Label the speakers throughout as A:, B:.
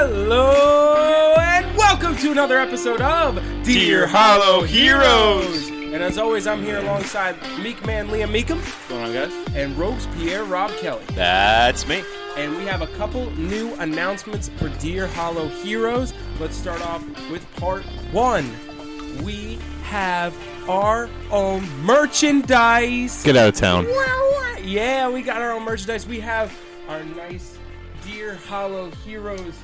A: Hello and welcome to another episode of
B: Dear Hollow Heroes.
A: And as always, I'm here alongside Meek Man Liam Meekum
B: What's going on, guys?
A: and Rogues Pierre Rob Kelly.
B: That's me.
A: And we have a couple new announcements for Dear Hollow Heroes. Let's start off with part one. We have our own merchandise.
B: Get out of town.
A: Yeah, we got our own merchandise. We have our nice Dear Hollow Heroes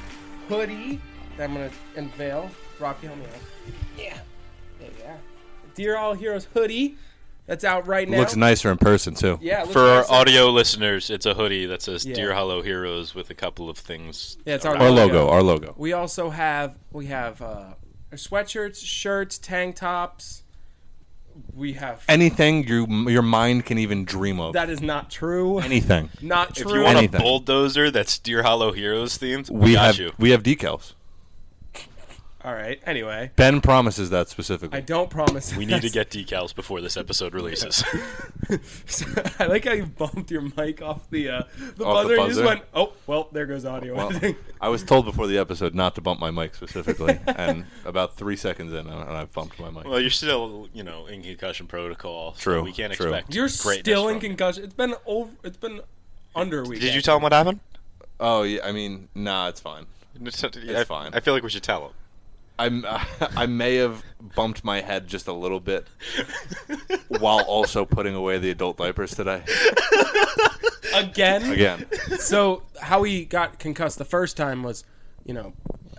A: hoodie that I'm gonna unveil. Rob, you help me out. Yeah, there you are. Dear Hollow Heroes hoodie that's out right now.
C: Looks nicer in person too.
A: Yeah, it looks
B: For our
A: nice.
B: audio listeners, it's a hoodie that says
A: Yeah.
B: "Dear Hollow Heroes" with a couple of things.
A: Yeah, it's our
C: Our logo, our logo.
A: We also have we have uh, sweatshirts, shirts, tank tops. We have
C: Anything you your mind can even dream of.
A: that is not true.
C: Anything.
A: Not
B: If
A: true.
B: you want
C: Anything.
B: a bulldozer that's "Dear Hollow Heroes" themed, we,
C: We
B: got
C: have
B: you.
C: we have decals.
A: All right. Anyway,
C: Ben promises that
A: I
C: specifically.
A: don't promise.
B: We need to get decals before this episode releases.
A: I like how you bumped your mic off the uh, the
C: Off
A: buzzer.
C: the
A: You just
C: buzzer?
A: went, oh well, there goes audio. I
C: Well,
A: think.
C: I was told before the episode not to bump my mic specifically, and about three seconds in, and I bumped my mic.
B: well, you're still, you know, in concussion protocol. so
C: True,
B: We can't
C: true.
B: expect.
A: You're
B: greatness
A: still in
B: from you.
A: concussion. It's been over. It's been under a week.
B: Did you tell him what happened?
C: Oh yeah, I mean, nah, it's fine.
B: It's, I,
C: fine.
B: I feel like we should tell
C: I'm I may have bumped my head just a little bit
B: him.
C: while also putting away the adult diapers today.
A: again.
C: Again,
A: so how he got concussed the first time was, you know,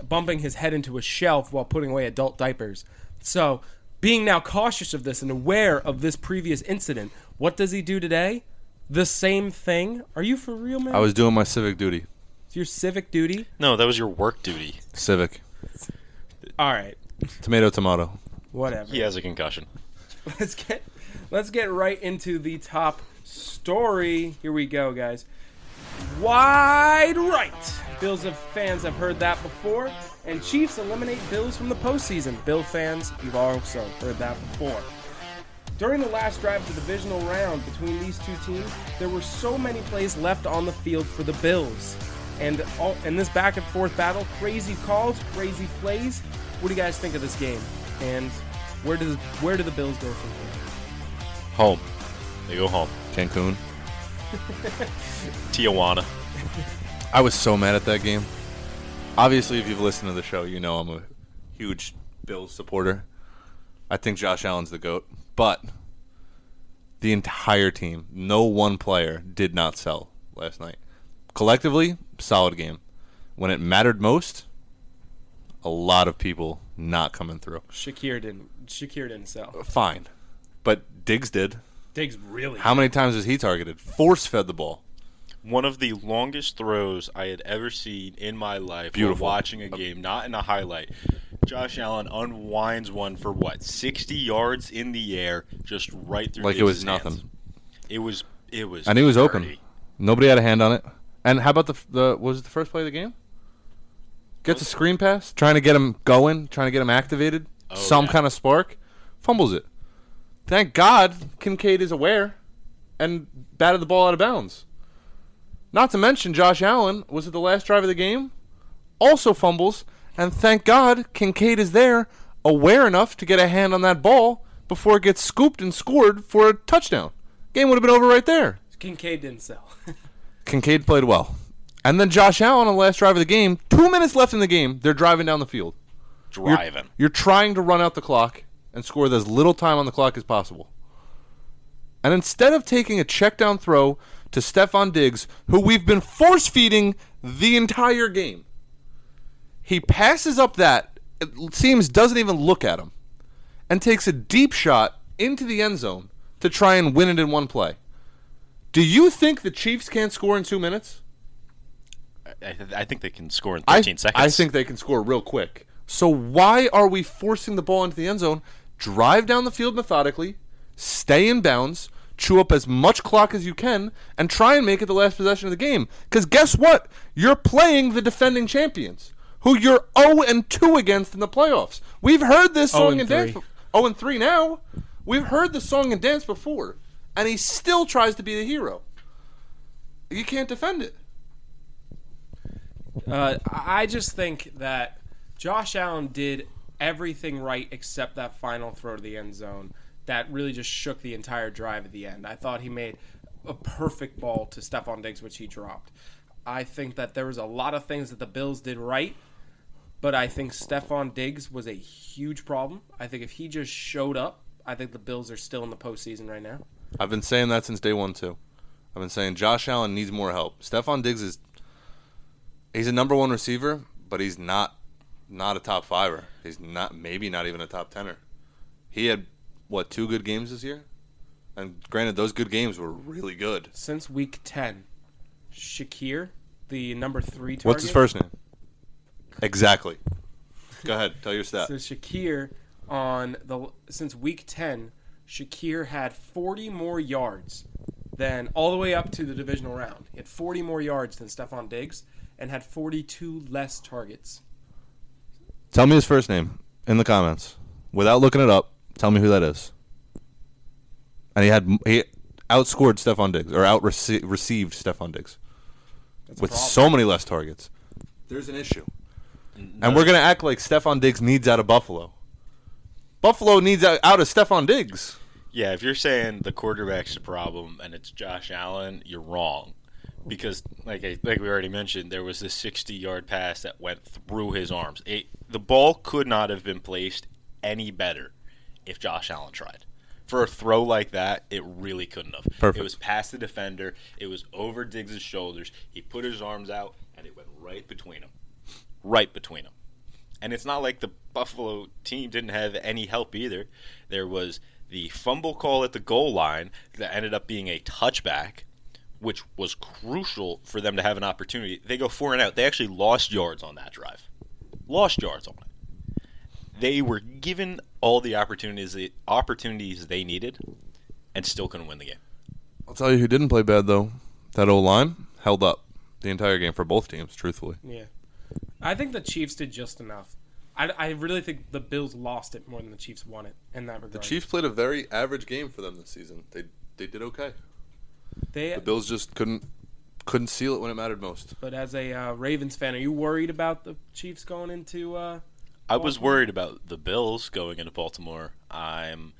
A: bumping his head into a shelf while putting away adult diapers. So being now cautious of this and aware of this previous incident, what does he do today? The same thing. Are you for real, man?
C: I was doing my civic duty.
A: It's your civic duty.
B: no, that was your work duty.
C: Civic.
A: All right,
C: Tomato, tomato.
A: whatever.
B: He has a concussion.
A: let's get let's get right into the top story. Here we go, guys. Wide right. Bills of fans have heard that before, and Chiefs eliminate Bills from the postseason. Bill fans, you've also heard that before. During the last drive of the divisional round between these two teams, there were so many plays left on the field for the Bills. And all, and this back and forth battle, crazy calls, crazy plays. What do you guys think of this game? And where does where do the Bills go from here?
B: Home. They go home.
C: Cancun.
B: Tijuana.
C: I was so mad at that game. Obviously, if you've listened to the show, you know I'm a huge Bills supporter. I think Josh Allen's the GOAT. But the entire team, no one player did not sell last night. Collectively, solid game. When it mattered most, a lot of people not coming through.
A: Shakir didn't Shakir didn't sell.
C: Fine. But Diggs did.
A: Diggs really
C: How many times was he targeted? Force fed the ball.
B: one of the longest throws I had ever seen in my life.
C: Beautiful.
B: While watching a game, not in a highlight. Josh Allen unwinds one for what sixty yards in the air, just right through.
C: Like it was
B: Diggs' hands.
C: nothing.
B: It was. It was.
C: And he was open.
B: dirty.
C: Nobody had a hand on it. And how about the f- the what was it the first play of the game? Gets a screen pass, trying to get him going, trying to get him activated.
B: Oh,
C: some
B: yeah.
C: kind of spark, fumbles it. Thank God Kincaid is aware and batted the ball out of bounds. Not to mention Josh Allen was it the last drive of the game, also fumbles, and thank God Kincaid is there, aware enough to get a hand on that ball before it gets scooped and scored for a touchdown. Game would have been over right there.
A: Kincaid didn't sell.
C: Kincaid played well. And then Josh Allen on the last drive of the game, two minutes left in the game, they're driving down the field. You're,
B: driving.
C: you're trying to run out the clock and score with as little time on the clock as possible. And instead of taking a check down throw to Stefan Diggs, who we've been force feeding the entire game, he passes up that, it seems doesn't even look at him, and takes a deep shot into the end zone to try and win it in one play. Do you think the Chiefs can't score in two minutes?
B: I, th- I think they can score in
C: I-
B: thirteen seconds.
C: I think they can score real quick. So why are we forcing the ball into the end zone? Drive down the field methodically, stay in bounds, chew up as much clock as you can, and try and make it the last possession of the game. Because guess what? You're playing the defending champions, who you're 0 and 2 against in the playoffs. We've heard this song
A: Oh and
C: and, dance.
A: three.
C: Be- 0 and 3 now. We've heard the song and dance before, and he still tries to be the hero. You can't defend it.
A: Uh, I just think that Josh Allen did everything right except that final throw to the end zone that really just shook the entire drive at the end. I thought he made a perfect ball to Stephon Diggs, which he dropped. I think that there was a lot of things that the Bills did right, but I think Stephon Diggs was a huge problem. I think if he just showed up, I think the Bills are still in the postseason right now.
C: I've been saying that since day one too. I've been saying Josh Allen needs more help. Stephon Diggs is he's a number one receiver, but he's not not a top fiver. He's not maybe not even a top tenner. He had what two good games this year, and granted those good games were really good.
A: Since week 10, Shakir, the number three target.
C: What's his first name? Exactly. Go ahead, tell your stat.
A: So Shakir on the since week 10, Shakir had 40 more yards than all the way up to the divisional round. He had 40 more yards than Stephon Diggs and had 42 less targets.
C: Tell me his first name in the comments without looking it up. Tell me who that is. And he had he outscored Stephon Diggs or out received Stephon Diggs
A: That's a
C: with
A: problem.
C: so many less targets. There's an issue. And we're gonna act like Stephon Diggs needs out of Buffalo. Buffalo needs out, out of Stephon Diggs.
B: Yeah, if you're saying the quarterback's the problem and it's Josh Allen, you're wrong. Because like I, like we already mentioned, there was this 60-yard pass that went through his arms. It, the ball could not have been placed any better if Josh Allen tried. For a throw like that, it really couldn't have.
C: Perfect.
B: It was past the defender. It was over Diggs' shoulders. He put his arms out, and it went right between him. Right between him. And it's not like the Buffalo team didn't have any help either. There was the fumble call at the goal line that ended up being a touchback, which was crucial for them to have an opportunity. They go four and out. They actually lost yards on that drive. Lost yards on it. They were given all the opportunities the opportunities they needed and still couldn't win the game.
C: I'll tell you who didn't play bad though. That old line held up the entire game for both teams. Truthfully,
A: Yeah. I think the Chiefs did just enough. I, I really think the Bills lost it more than the Chiefs won it in that regard.
C: the Chiefs played a very average game for them this season. They they did okay.
A: They,
C: The Bills just couldn't couldn't seal it when it mattered most.
A: but as a uh, Ravens fan, are you worried about the Chiefs going into? Uh,
B: I was worried about the Bills going into Baltimore. I'm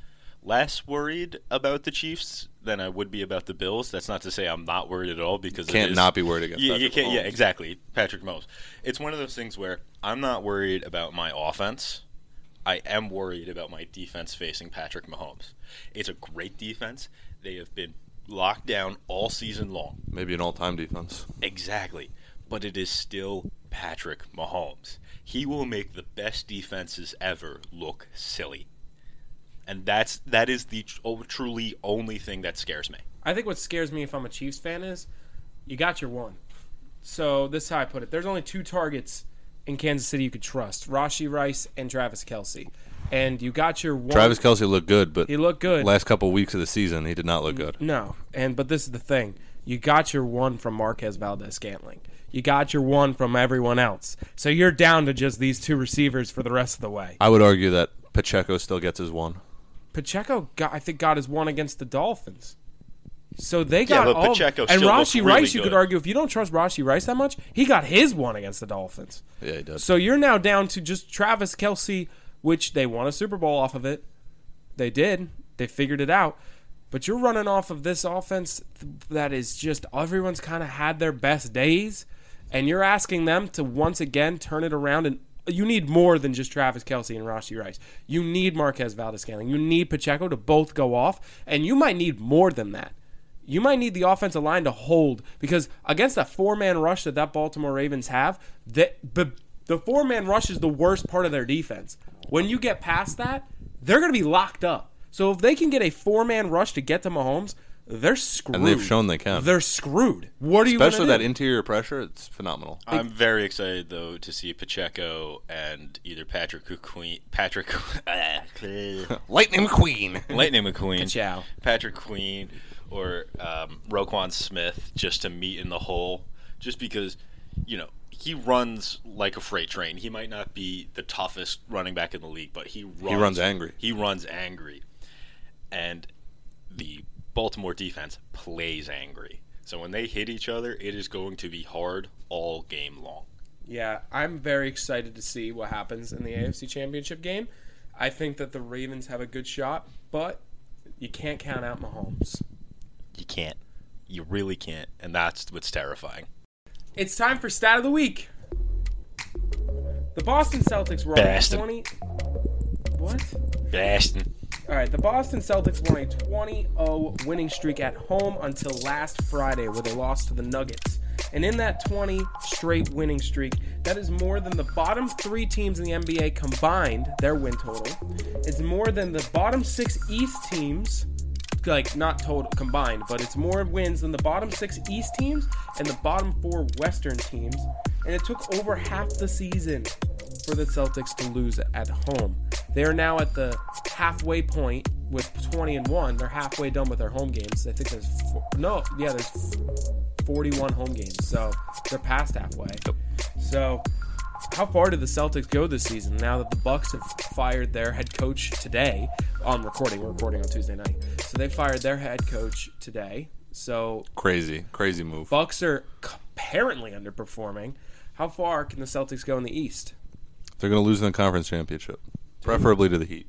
B: less worried about the Chiefs than I would be about the Bills. That's not to say I'm not worried at all because it
C: Can't
B: is-
C: not be worried against.
B: Yeah, you
C: Patrick
B: can't, yeah,
C: Mahomes.
B: exactly, Patrick Mahomes. It's one of those things where I'm not worried about my offense. I am worried about my defense facing Patrick Mahomes. It's a great defense. They have been locked down all season long.
C: Maybe an all-time defense.
B: Exactly. But it is still Patrick Mahomes. He will make the best defenses ever look silly. And that's that is the tr- oh, truly only thing that scares me.
A: I think what scares me if I'm a Chiefs fan is you got your one. So this is how I put it. There's only two targets in Kansas City you could trust: Rashi Rice and Travis Kelsey. And you got your one.
C: Travis Kelsey looked good, but
A: he looked good.
C: last couple weeks of the season, he did not look good.
A: No, and but this is the thing: you got your one from Marquez Valdez Scantling. You got your one from everyone else. So you're down to just these two receivers for the rest of the way.
C: I would argue that Pacheco still gets his one.
A: Pacheco, got, I think, got his one against the Dolphins. So they got
B: but
A: all.
B: Pacheco
A: and
B: still
A: Rashi
B: looked really
A: Rice, you could
B: good.
A: argue, if you don't trust Rashi Rice that much, he got his one against the Dolphins.
C: Yeah, he does.
A: So you're now down to just Travis Kelsey, which they won a Super Bowl off of it. They did. They figured it out. But you're running off of this offense th- that is just everyone's kind of had their best days, and you're asking them to once again turn it around. And you need more than just Travis Kelsey and Rashi Rice. You need Marquez Valdez Scantling. You need Pacheco to both go off, and you might need more than that. You might need the offensive line to hold because against that four man rush that that Baltimore Ravens have, that the, the four man rush is the worst part of their defense. When you get past that, they're going to be locked up. So if they can get a four man rush to get to Mahomes, they're screwed.
C: And they've shown they can.
A: They're screwed. What are you? gonna
C: Especially that
A: do?
C: interior pressure, it's phenomenal.
B: I'm very excited though to see Pacheco and either Patrick McQueen, Patrick
C: Lightning Queen.
B: Lightning McQueen,
A: Ka-chow.
B: Patrick Queen, or um, Roquan Smith just to meet in the hole, just because you know he runs like a freight train. He might not be the toughest running back in the league, but he runs,
C: runs angry.
B: He runs angry, and the Baltimore defense plays angry. So when they hit each other, it is going to be hard all game long.
A: Yeah, I'm very excited to see what happens in the AFC Championship game. I think that the Ravens have a good shot, but you can't count out Mahomes.
B: You can't. You really can't. And that's what's terrifying.
A: It's time for stat of the week. The Boston Celtics were
B: Bastard.
A: on a 20 What?
B: Bastin.
A: All right, the Boston Celtics were on a 20 0 winning streak at home until last Friday, where they lost to the Nuggets. And in that 20 straight winning streak, that is more than the bottom three teams in the NBA combined, their win total. It's more than the bottom six East teams, like not total combined, but it's more wins than the bottom six East teams and the bottom four Western teams. And it took over half the season for the Celtics to lose at home. They are now at the halfway point with 20 and 1. They're halfway done with their home games. I think there's four, no, yeah, there's 41 home games. So they're past halfway. So how far did the Celtics go this season now that the Bucks have fired their head coach today on recording, we're recording on Tuesday night. So they fired their head coach today. So
C: Crazy, crazy move.
A: Bucks are apparently underperforming. How far can the Celtics go in the East?
C: They're going to lose in the conference championship, preferably to the Heat.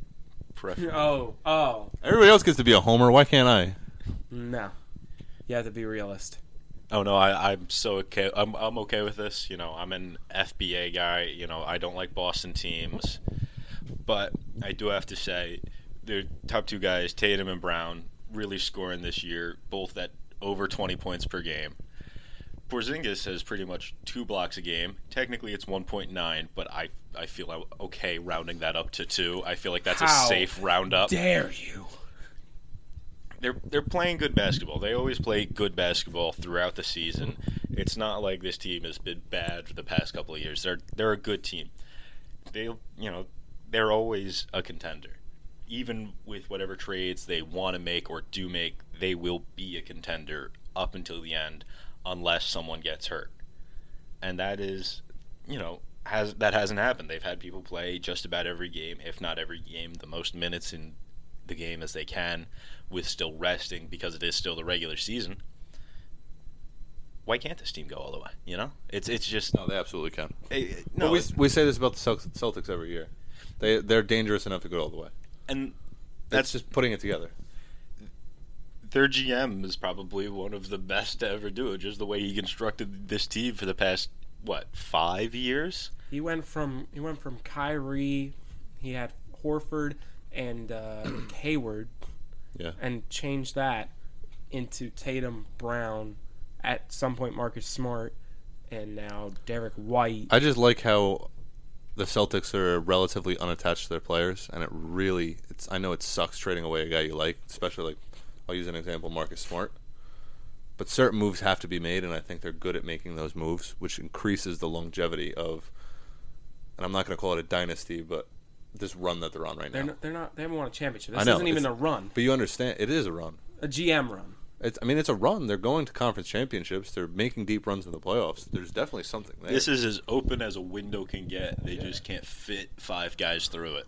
B: Prefer-
A: Oh, oh,
C: Everybody else gets to be a homer. Why can't I?
A: No. You have to be realist.
B: Oh no, I, I'm so okay. I'm, I'm okay with this. You know, I'm an FBA guy. You know, I don't like Boston teams, but I do have to say, their top two guys, Tatum and Brown, really scoring this year, both at over 20 points per game. Porzingis has pretty much two blocks a game. Technically, it's 1.9, but I I feel I'm okay rounding that up to two. I feel like that's
A: How
B: a safe roundup
A: Dare you?
B: they're they're playing good basketball. They always play good basketball throughout the season. It's not like this team has been bad for the past couple of years. They're they're a good team. They you know they're always a contender. Even with whatever trades they want to make or do make, they will be a contender up until the end, unless someone gets hurt. And that is, you know, has that hasn't happened. They've had people play just about every game, if not every game, the most minutes in the game as they can with still resting because it is still the regular season. Why can't this team go all the way? You know, it's it's just
C: No, they absolutely can.
B: eh,
C: No,
B: no,
C: we,
B: it's-
C: we say this about the Celt- Celtics every year. They they're dangerous enough to go all the way.
B: and that's
C: That's just putting it together.
B: their GM is probably one of the best to ever do it. Just the way he constructed this team for the past what five years.
A: He went from he went from Kyrie, he had Horford and uh, Hayward,
C: Yeah.
A: and changed that into Tatum, Brown, at some point Marcus Smart, and now Derek White.
C: I just like how the Celtics are relatively unattached to their players, and it really it's I know it sucks trading away a guy you like, especially like I'll use an example, Marcus Smart. But certain moves have to be made, and I think they're good at making those moves, which increases the longevity of. And I'm not going to call it a dynasty, but this run that they're on right
A: They're
C: now.
A: not, they're not they haven't won a championship.
C: I
A: This
C: know,
A: isn't even a
C: it's-
A: run,
C: But you understand, it is a run.
A: a GM run.
C: It's, I mean, it's a run. They're going to conference championships. They're making deep runs in the playoffs. There's definitely something there.
B: This is as open as a window can get. They just can't fit five guys through it.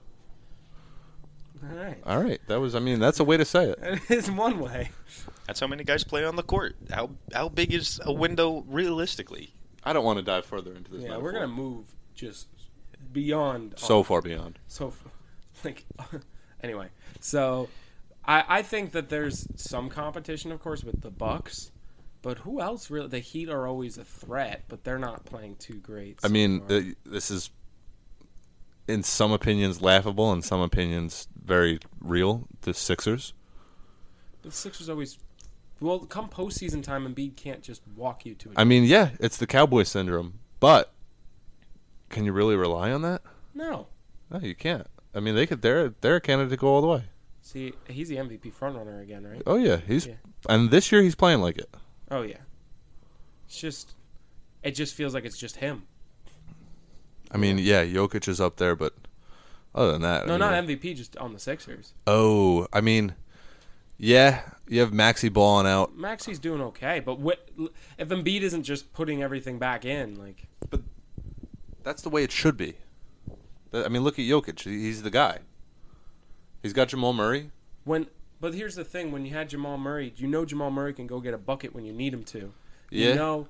A: All right,
C: All right, that was. I mean, that's a way to say it.
A: that is one way.
B: That's how many guys play on the court. How how big is a window realistically?
C: I don't want to dive further into this.
A: Yeah,
C: metaphor.
A: we're gonna move just beyond
C: so far beyond.
A: so like anyway so i i think that there's some competition of course with the bucks but who else really the heat are always a threat but they're not playing too great
C: I
A: so
C: mean,
A: far.
C: th- this is in some opinions laughable, in some opinions very real. The Sixers.
A: the sixers always well come postseason time Embiid can't just walk you to it
C: I mean, yeah, it's the Cowboy syndrome, but can you really rely on that?
A: no
C: No, you can't. I mean, they could. They're they're a candidate to go all the way.
A: see he's the mvp frontrunner again right
C: Oh yeah, he's
A: Yeah.
C: and this year he's playing like it.
A: oh yeah it's just it just feels like it's just him
C: I mean, yeah, Jokic is up there, but other than that, I
A: no
C: mean,
A: not
C: like-
A: mvp just on the sixers
C: Oh, I mean, yeah, you have Maxi balling out,
A: Maxi's doing okay, but what if Embiid isn't just putting everything back in? Like,
C: but that's the way it should be. That- I mean, look at Jokic; He- he's the guy. He's got Jamal Murray.
A: When, but here's the thing: when you had Jamal Murray, you know Jamal Murray can go get a bucket when you need him to.
C: Yeah.
A: You know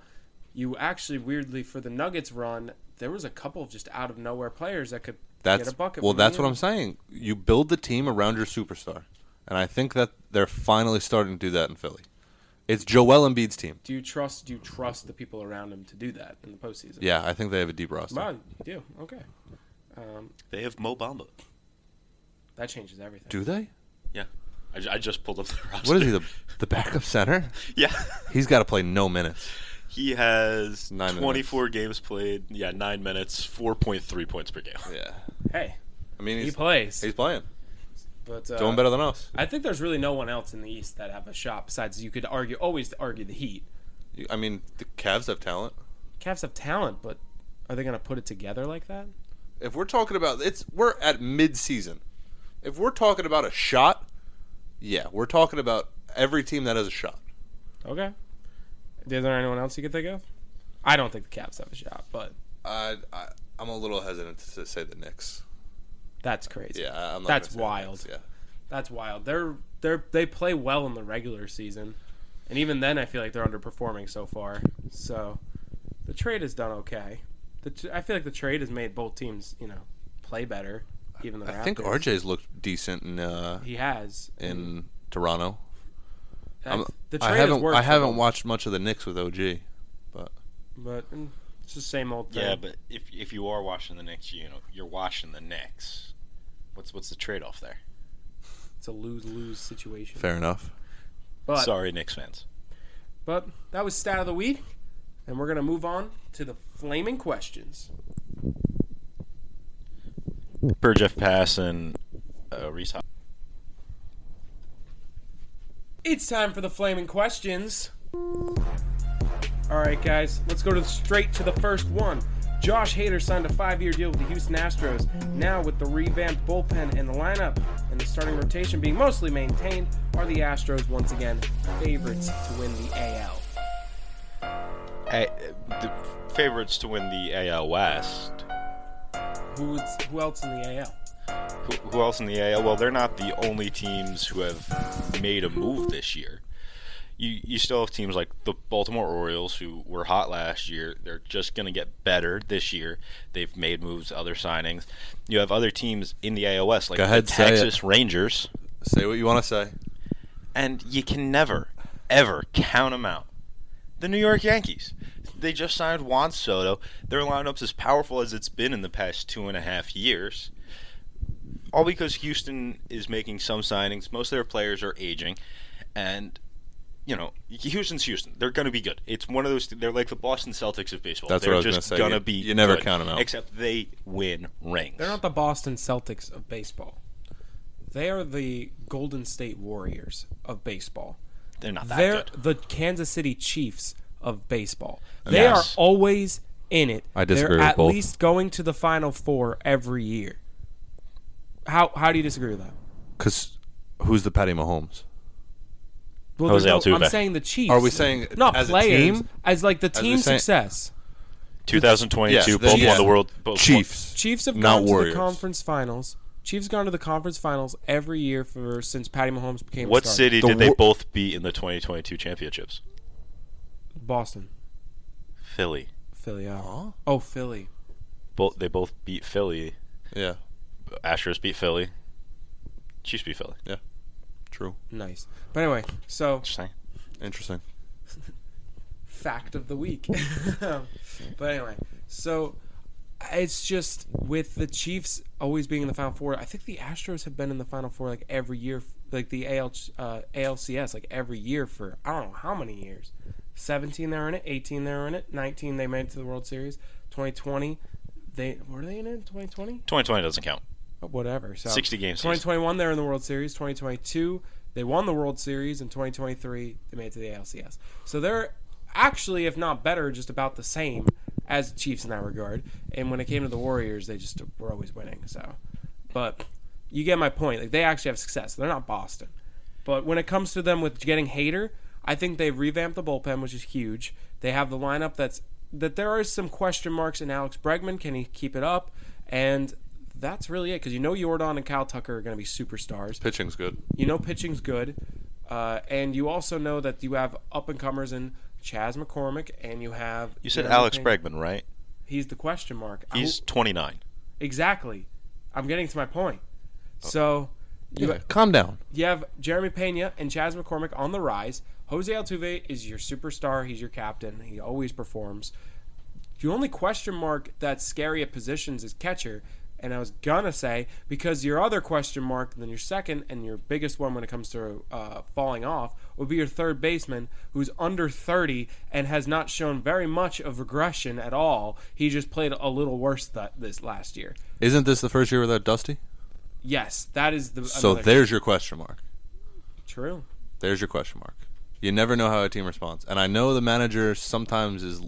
A: you actually weirdly for the Nuggets run, there was a couple of just out of nowhere players that could
C: That's
A: get a bucket.
C: well.
A: from the
C: That's what
A: end.
C: I'm saying. You build the team around your superstar, and I think that they're finally starting to do that in Philly. It's Joel Embiid's team.
A: Do you trust? Do you trust the people around him to do that in the postseason?
C: Yeah, I think they have a deep roster.
A: Wow, you do okay. Um,
B: They have Mo Bamba.
A: that changes everything.
C: Do they?
B: Yeah, I, ju- I just pulled up the roster.
C: What is he? The the backup center?
B: yeah,
C: He's got to play no minutes.
B: he has
C: Nine minutes.
B: 24 games played. Yeah, nine minutes, 4.3 points per game.
C: Yeah.
A: Hey,
C: I mean,
A: he
C: he's,
A: plays,
C: he's playing.
A: but uh,
C: Doing better than us.
A: I think there's really no one else in the East that have a shot besides you could argue always argue the Heat.
C: You- I mean, the Cavs have talent.
A: Cavs have talent, but are they going to put it together like that?
C: If we're talking about it's, we're at mid-season. If we're talking about a shot, yeah, we're talking about every team that has a shot.
A: Okay. Is there anyone else you could think of? I don't think the Cavs have a shot, but
C: I, I I'm a little hesitant to say the Knicks.
A: that's crazy.
C: Yeah, I- I'm not.
A: That's
C: gonna say the
A: wild.
C: Knicks,
A: That's wild. They're they're they play well in the regular season, and even then, I feel like they're underperforming so far. So, the trade has done okay. The t- I feel like the trade has made both teams, you know, play better. Even the
C: yeah. I think
A: Raptors.
C: RJ's looked decent in uh,
A: he has.
C: in Toronto.
A: That's-
C: I'm-
A: the trade
C: I
A: has
C: haven't
A: worked.
C: I
A: for
C: haven't
A: them,
C: watched much of the Knicks with OG, but
A: but mm, it's the same old thing.
B: Yeah, but if if you are watching the Knicks, you know you're watching the Knicks. What's what's the trade off there?
A: it's a lose lose situation.
C: fair enough.
A: But
B: Sorry, Knicks fans.
A: But that was stat of the week, and we're gonna move on to the flaming questions.
B: Per Jeff Pass and uh, Reese. Hop-
A: It's time for the flaming questions. All right, guys, let's go to straight to the first one. Josh Hader signed a five-year deal with the Houston Astros. Now, with the revamped bullpen and the lineup and the starting rotation being mostly maintained, are the Astros once again favorites to win the AL?
B: I- the favorites to win the AL West.
A: Who's who else in the AL?
B: Who, who else in the AL? Well, they're not the only teams who have made a move this year. You you still have teams like the Baltimore Orioles who were hot last year. They're just going to get better this year. They've made moves, other signings. You have other teams in the AL West like
C: Go ahead,
B: the
C: say it.
B: Texas Rangers,
C: Say what you want to say.
B: and you can never, ever count them out. The New York Yankees. They just signed Juan Soto. Their lineup's as powerful as it's been in the past two and a half years. All because Houston is making some signings. Most of their players are aging. And, you know, Houston's Houston. They're going to be good. It's one of those, they're like the Boston Celtics of baseball.
C: That's what
B: they're
C: I was
B: just
C: gonna say.
B: to
C: You-
B: be
C: you never
B: good,
C: count 'em out.
B: Except they win rings.
A: They're not the Boston Celtics of baseball. They are the Golden State Warriors of baseball.
B: They're not that
A: They're
B: good.
A: the Kansas City Chiefs of baseball. They
B: Yes.
A: are always in it.
C: I disagree
A: They're
C: with
A: at
C: both.
A: least going to the Final Four every year. How how do you disagree with that?
C: Because who's the Patty Mahomes?
A: Well,
B: Jose
A: there's no- I'm
B: Altuve.
A: saying the Chiefs.
C: Are we saying
A: not
C: as a
A: players
C: team?
A: as like the
C: we
A: team
C: saying-
A: success?
B: 2022,
C: Yes, the-
B: both won
C: yeah.
B: the world. Both won-
C: Chiefs.
A: Chiefs have
C: Not
A: gone
C: Warriors.
A: to the conference finals. Chiefs have gone to the conference finals every year for since Patty Mahomes became.
B: What
A: a starter.
B: city
C: The
B: did they
C: wor-
B: both beat in the 2022 championships?
A: Boston,
B: Philly.
A: Philly. yeah.
C: Huh?
A: Oh, Philly.
B: Both they both beat Philly.
C: Yeah,
B: Astros beat Philly. Chiefs beat Philly.
C: true.
A: Nice. But anyway, so
B: Just saying.
C: Interesting.
A: fact of the week. but anyway, so it's just with the Chiefs always being in the Final Four. I think the Astros have been in the Final Four like every year, like the AL, uh, ALCS, like every year for I don't know how many years. Seventeen, they're in it. Eighteen, they're in it. Nineteen, they made it to the World Series. Twenty twenty, they were they in it? Twenty twenty,
B: 2020 doesn't count.
A: whatever. So
B: 60 games.
A: 2021, they're in the World Series. 2022, they won the World Series. In 2023, they made it to the ALCS. So they're actually, if not better, just about the same as the Chiefs in that regard. And when it came to the Warriors, they just were always winning. So, but you get my point. Like they actually have success. They're not Boston. But when it comes to them with getting Hater, I think they've revamped the bullpen, which is huge. They have the lineup that's that there are some question marks in Alex Bregman. Can he keep it up? And that's really it because you know Jordan and Kyle Tucker are going to be superstars.
C: Pitching's good.
A: You know pitching's good, uh, and you also know that you have up and comers in Chaz McCormick, and you have
B: You said
A: Jeremy
B: Alex
A: Pena.
B: Bregman, right?
A: He's the question mark. I-
B: He's 29.
A: exactly. I'm getting to my point.
B: Oh.
A: So you
C: Yeah, calm down.
A: you have Jeremy Pena and Chaz McCormick on the rise. Jose Altuve is your superstar. He's your captain. He always performs. The only question mark that's scary at positions is catcher. And I was gonna say because your other question mark, then your second and your biggest one when it comes to uh, falling off, would be your third baseman, who's under 30 and has not shown very much of regression at all. He just played a little worse th- this last year.
C: Isn't this the first year without Dusty?
A: Yes, that is the
C: So
A: another-
C: there's your question mark.
A: true.
C: There's your question mark. You never know how a team responds. And I know the manager sometimes is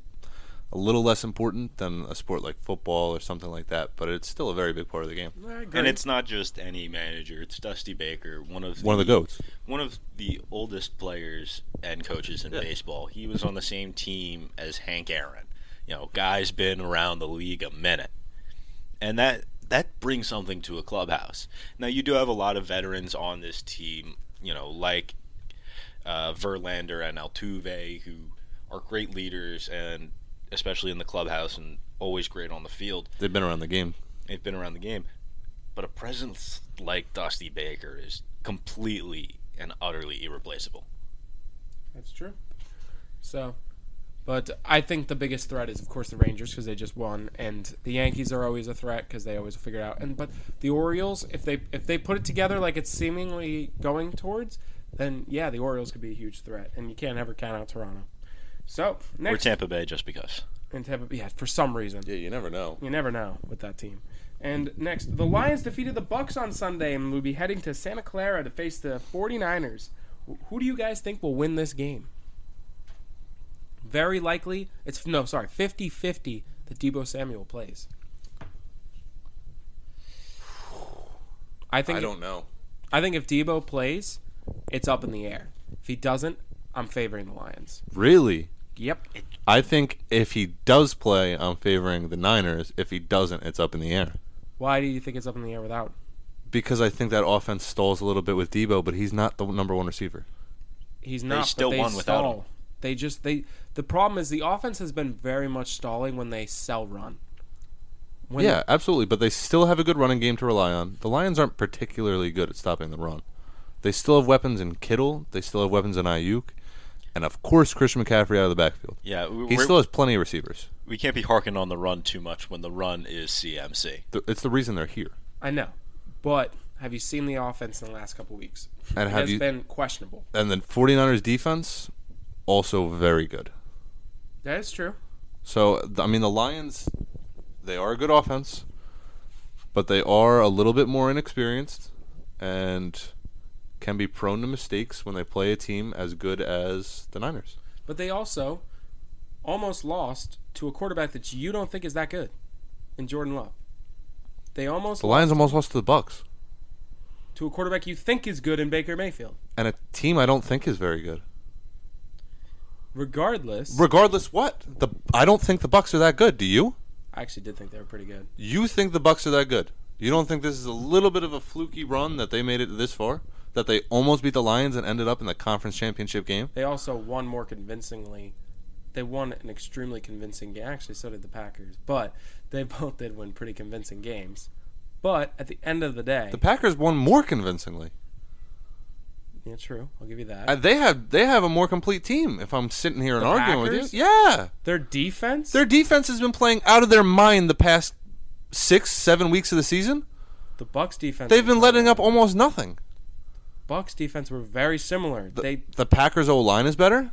C: a little less important than a sport like football or something like that, but it's still a very big part of the game.
A: I agree.
B: And it's not just any manager. It's Dusty Baker, one of
C: One of the goats.
B: one of the oldest players and coaches in baseball. He was on the same team as Hank Aaron. You know, guy's been around the league a minute, and that that brings something to a clubhouse. Now you do have a lot of veterans on this team. You know, like uh, Verlander and Altuve, who are great leaders and especially in the clubhouse and always great on the field
C: They've been around the game.
B: they've been around the game. But a presence like Dusty Baker is completely and utterly irreplaceable.
A: That's true. So, but I think the biggest threat is, of course, the Rangers because they just won, and the Yankees are always a threat because they always figure it out. And but the Orioles, if they if they put it together like it's seemingly going towards, then yeah, the Orioles could be a huge threat, and you can't ever count out Toronto. So
B: We're
A: next,
B: Tampa Bay just because.
A: and Tampa, yeah, for some reason,
C: Yeah, you never know.
A: you never know with that team. And next, the Lions defeated the Bucks on Sunday and will be heading to Santa Clara to face the 49ers. Wh- Who do you guys think will win this game? Very likely, it's no, sorry, 50-50 that Debo Samuel plays. I think
C: I don't know.
A: I think if Debo plays, it's up in the air. If he doesn't, I'm favoring the Lions.
C: Really?
A: Yep.
C: I think if he does play, I'm favoring the Niners. If he doesn't, it's up in the air.
A: Why do you think it's up in the air without?
C: Because I think that offense stalls a little bit with Debo, but he's not the number one receiver.
A: He's not.
B: still
A: but they
B: won without
A: stall.
B: him.
A: They just they. The problem is the offense has been very much stalling when they sell run. When
C: Yeah, absolutely. But they still have a good running game to rely on. The Lions aren't particularly good at stopping the run. They still have weapons in Kittle. They still have weapons in Ayuk, and of course Christian McCaffrey out of the backfield.
B: Yeah, we,
C: He
B: we're-
C: still has plenty of receivers.
B: we can't be harking on the run too much when the run is CMC.
C: Th- It's the reason they're here.
A: I know, but have you seen the offense in the last couple weeks?
C: And
A: it
C: have
A: has
C: you-
A: been questionable.
C: And then 49ers defense, also very good.
A: That is true.
C: So th- I mean the Lions, they are a good offense, but they are a little bit more inexperienced, and can be prone to mistakes when they play a team as good as the Niners.
A: But they also almost lost to a quarterback that you don't think is that good, in Jordan Love. They almost
C: The Lions almost lost to the Bucks.
A: to a quarterback you think is good in Baker Mayfield.
C: and a team I don't think is very good.
A: Regardless,
C: Regardless, what the I don't think the Bucks are that good. Do you?
A: I actually did think they were pretty good.
C: You think the Bucks are that good? You don't think this is a little bit of a fluky run that they made it this far? That they almost beat the Lions and ended up in the conference championship game?
A: They also won more convincingly. They won an extremely convincing game. Actually, so did the Packers, but they both did win pretty convincing games. But at the end of the day,
C: The Packers won more convincingly.
A: yeah, true. I'll give you that.
C: Uh, They have they have a more complete team. If I'm sitting here and
A: The
C: arguing
A: Packers?
C: with you, yeah,
A: their defense,
C: their defense has been playing out of their mind the past six seven weeks of the season.
A: the Bucks defense,
C: They've been letting up almost nothing.
A: Bucks defense were very similar.
C: The,
A: they
C: the Packers O line is better.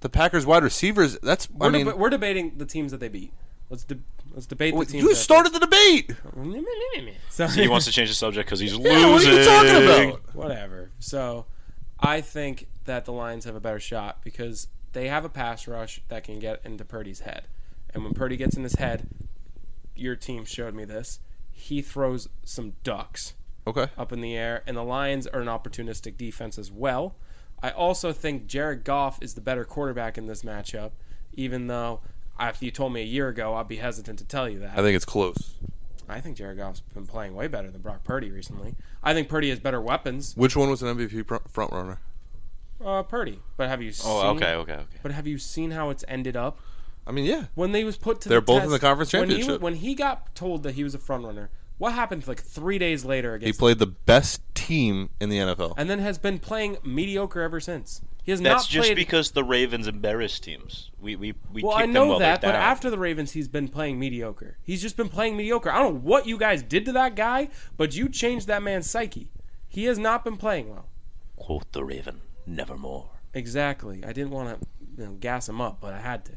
C: The Packers wide receivers. That's
A: we're,
C: I mean
A: deba- we're debating the teams that they beat. Let's de- let's debate
C: Well,
A: the teams.
C: you
A: that-
C: started the debate.
A: So-
B: He wants to change the subject because he's losing.
C: Yeah, what are you talking about?
A: Oh, whatever. So, I think that the Lions have a better shot because they have a pass rush that can get into Purdy's head. And when Purdy gets in his head, your team showed me this. He throws some ducks
C: Okay.
A: up in the air, and the Lions are an opportunistic defense as well. I also think Jared Goff is the better quarterback in this matchup, even though if you told me a year ago, I'd be hesitant to tell you that.
C: I think it's close.
A: I think Jared Goff's been playing way better than Brock Purdy recently. I think Purdy has better weapons.
C: Which one was an MVP pr- front runner?
A: uh, Purdy. But have you seen?
B: Oh, okay, okay, okay.
A: But have you seen how it's ended up?
C: I mean, yeah.
A: When they was put to
C: They're
A: the
C: both in
A: test-
C: the conference
A: when he wa-
C: championship.
A: When he, got told that he was a front runner, what happened like three days later
C: He
A: against?
C: played the best team in the NFL.
A: and then has been playing mediocre ever since. He has
B: That's
A: not
B: just
A: played.
B: because the Ravens embarrass teams. We we we
A: well,
B: kick
A: I
B: them
A: know
B: while
A: that, but
B: they're down.
A: after the Ravens, he's been playing mediocre. He's just been playing mediocre. I don't know what you guys did to that guy, but you changed that man's psyche. He has not been playing well.
B: quote the Raven, nevermore.
A: Exactly. I didn't want to you know, gas him up, but I had to.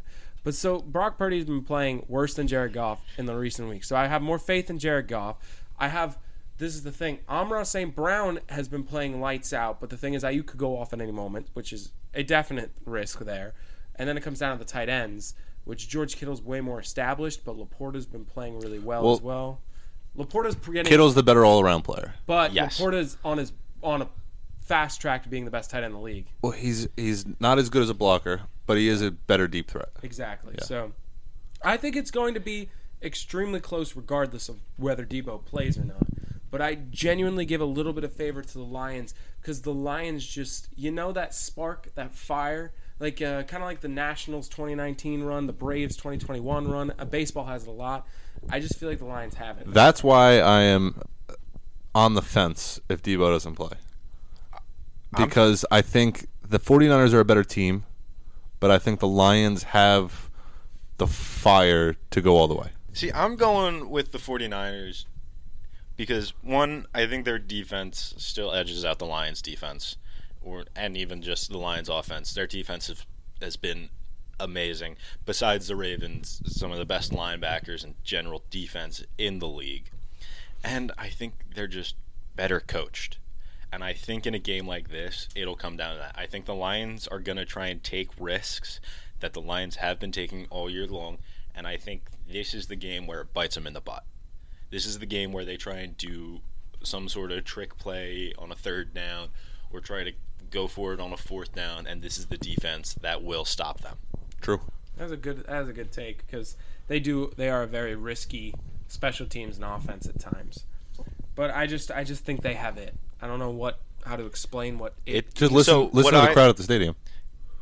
A: But so Brock Purdy's been playing worse than Jared Goff in the recent weeks. So I have more faith in Jared Goff. I have. This is the thing. Amra St. Brown has been playing lights out, but the thing is, you could go off at any moment, which is a definite risk there. And then it comes down to the tight ends, which George Kittle's way more established, but Laporta's been playing really well, as well. Laporta's getting
C: Kittle's the better all-around player.
A: but
B: Yes.
A: Laporta's on his on a fast track to being the best tight end in the league.
C: Well, he's he's not as good as a blocker, but he is a better deep threat.
A: Exactly. So I think it's going to be extremely close regardless of whether Debo plays or not. But I genuinely give a little bit of favor to the Lions because the Lions just, you know, that spark, that fire, like uh, kind of like the Nationals 2019 run, the Braves 2021 run. Uh, baseball has it a lot. I just feel like the Lions have it.
C: That's why I am on the fence if Debo doesn't play. Because I think the 49ers are a better team, but I think the Lions have the fire to go all the way.
B: See, I'm going with the 49ers because one, I think their defense still edges out the Lions' defense, or and even just the Lions' offense. Their defense have, has been amazing. Besides the Ravens, some of the best linebackers and general defense in the league, and I think they're just better coached. And I think in a game like this, it'll come down to that. I think the Lions are going to try and take risks that the Lions have been taking all year long. And I think this is the game where it bites them in the butt. This is the game where they try and do some sort of trick play on a third down or try to go for it on a fourth down. And this is the defense that will stop them.
C: True.
A: That's a good. That's a good take because they do. They are very risky special teams and offense at times. But I just, I just think they have it. I don't know what how to explain what it.
B: It
C: Just listen
B: So
C: listen
B: what
C: to the
B: I-
C: crowd at the stadium.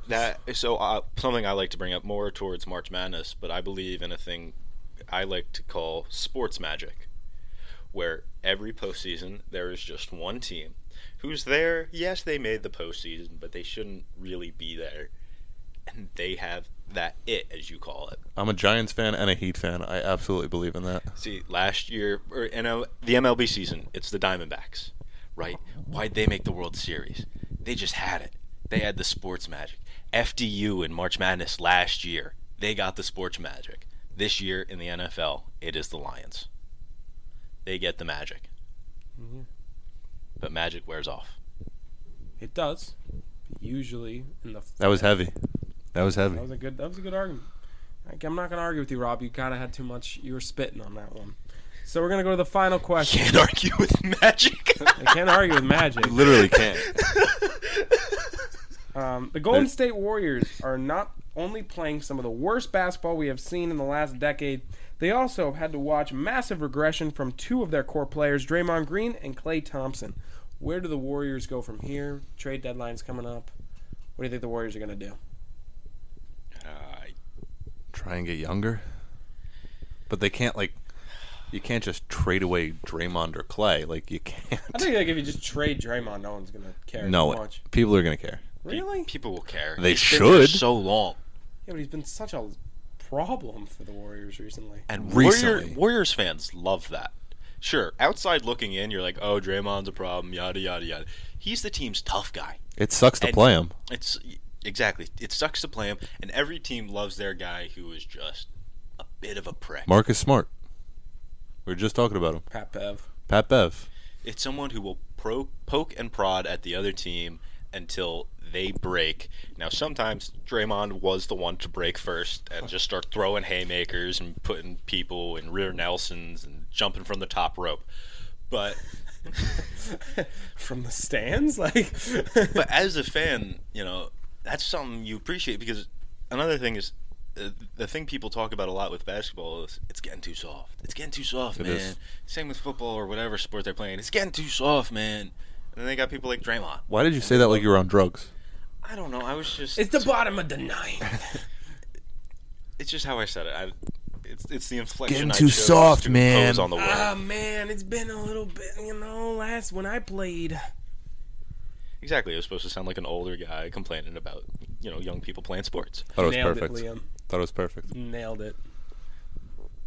B: That so uh, something I like to bring up more towards March Madness, but I believe in a thing I like to call sports magic, where every postseason there is just one team who's there. Yes, they made the postseason, but they shouldn't really be there, and they have that it as you call it.
C: I'm a Giants fan and a Heat fan. I absolutely believe in that.
B: See, last year or in uh, the MLB season, it's the Diamondbacks, right? Why'd they make the World Series? They just had it. They had the sports magic. FDU in March Madness last year, they got the sports magic. This year in the NFL, it is the Lions. They get the magic. But magic wears off.
A: It does. Usually in the.
C: That was heavy. That was heavy.
A: That was a good. That was a good argument. Like, I'm not gonna argue with you, Rob. You kind of had too much. You were spitting on that one. So we're gonna go to the final question.
B: Can't argue with magic.
A: I can't argue with magic.
C: Literally can't.
A: Um, the Golden State Warriors are not only playing some of the worst basketball we have seen in the last decade, they also had to watch massive regression from two of their core players, Draymond Green and Clay Thompson. Where do the Warriors go from here? Trade deadline's coming up. What do you think the Warriors are going to do?
B: Uh,
C: Try and get younger. But they can't like you can't just trade away Draymond or Clay. Like you can't.
A: I think like if you just trade Draymond, no one's going to care
C: no,
A: too much.
C: people are gonna care.
A: Really?
B: people will care.
C: They
B: It's been there
C: should.
B: So long.
A: Yeah, but he's been such a problem for the Warriors recently.
B: And Warrior,
C: Recently.
B: Warriors fans love that. Sure, outside looking in, you're like, oh, Draymond's a problem, yada, yada, yada. He's the team's tough guy.
C: It sucks to
B: And-
C: play him.
B: It's Exactly. It sucks to play him, and every team loves their guy who is just a bit of a prick.
C: Marcus Smart. We were just talking about him.
A: Pat Bev.
C: Pat Bev.
B: It's someone who will pro- poke and prod at the other team until they break. Now, sometimes Draymond was the one to break first and just start throwing haymakers and putting people in rear Nelsons and jumping from the top rope. But.
A: From the stands? Like
B: but as a fan, you know, that's something you appreciate because another thing is uh, the thing people talk about a lot with basketball is it's getting too soft. It's getting too soft,
C: It
B: man.
C: is.
B: Same with football or whatever sport they're playing. It's getting too soft, man. And then they got people like Draymond.
C: Why did you say that like you were on drugs?
B: I don't know. I was just.
A: It's the bottom of the ninth.
B: it's just how I said it. I, it's, it's the inflection.
C: Getting
B: I
C: too
B: chose
C: soft,
B: to
C: man.
B: impose On the word.
A: Ah man, it's been a little bit. You know, last when I played.
B: exactly. It was supposed to sound like an older guy complaining about you know young people playing sports.
C: Thought it was
A: Nailed
C: perfect.
A: it, Liam.
C: Thought it was perfect.
A: Nailed it.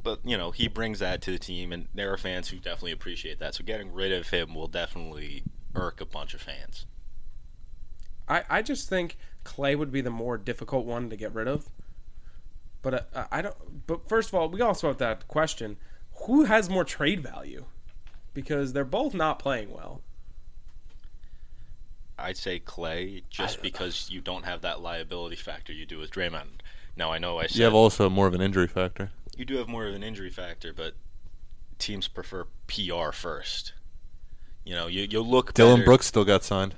B: But you know he brings that to the team, and there are fans who definitely appreciate that. So getting rid of him will definitely irk a bunch of fans.
A: I, I just think Clay would be the more difficult one to get rid of. But uh, I don't. But first of all, we also have that question: Who has more trade value? Because they're both not playing well.
B: I'd say Clay, just because you don't have that liability factor you do with Draymond. Now I know I said
C: You have also more of an injury factor.
B: you do have more of an injury factor, but teams prefer PR first. You know, you you look
C: Dylan
B: better.
C: Brooks still got signed.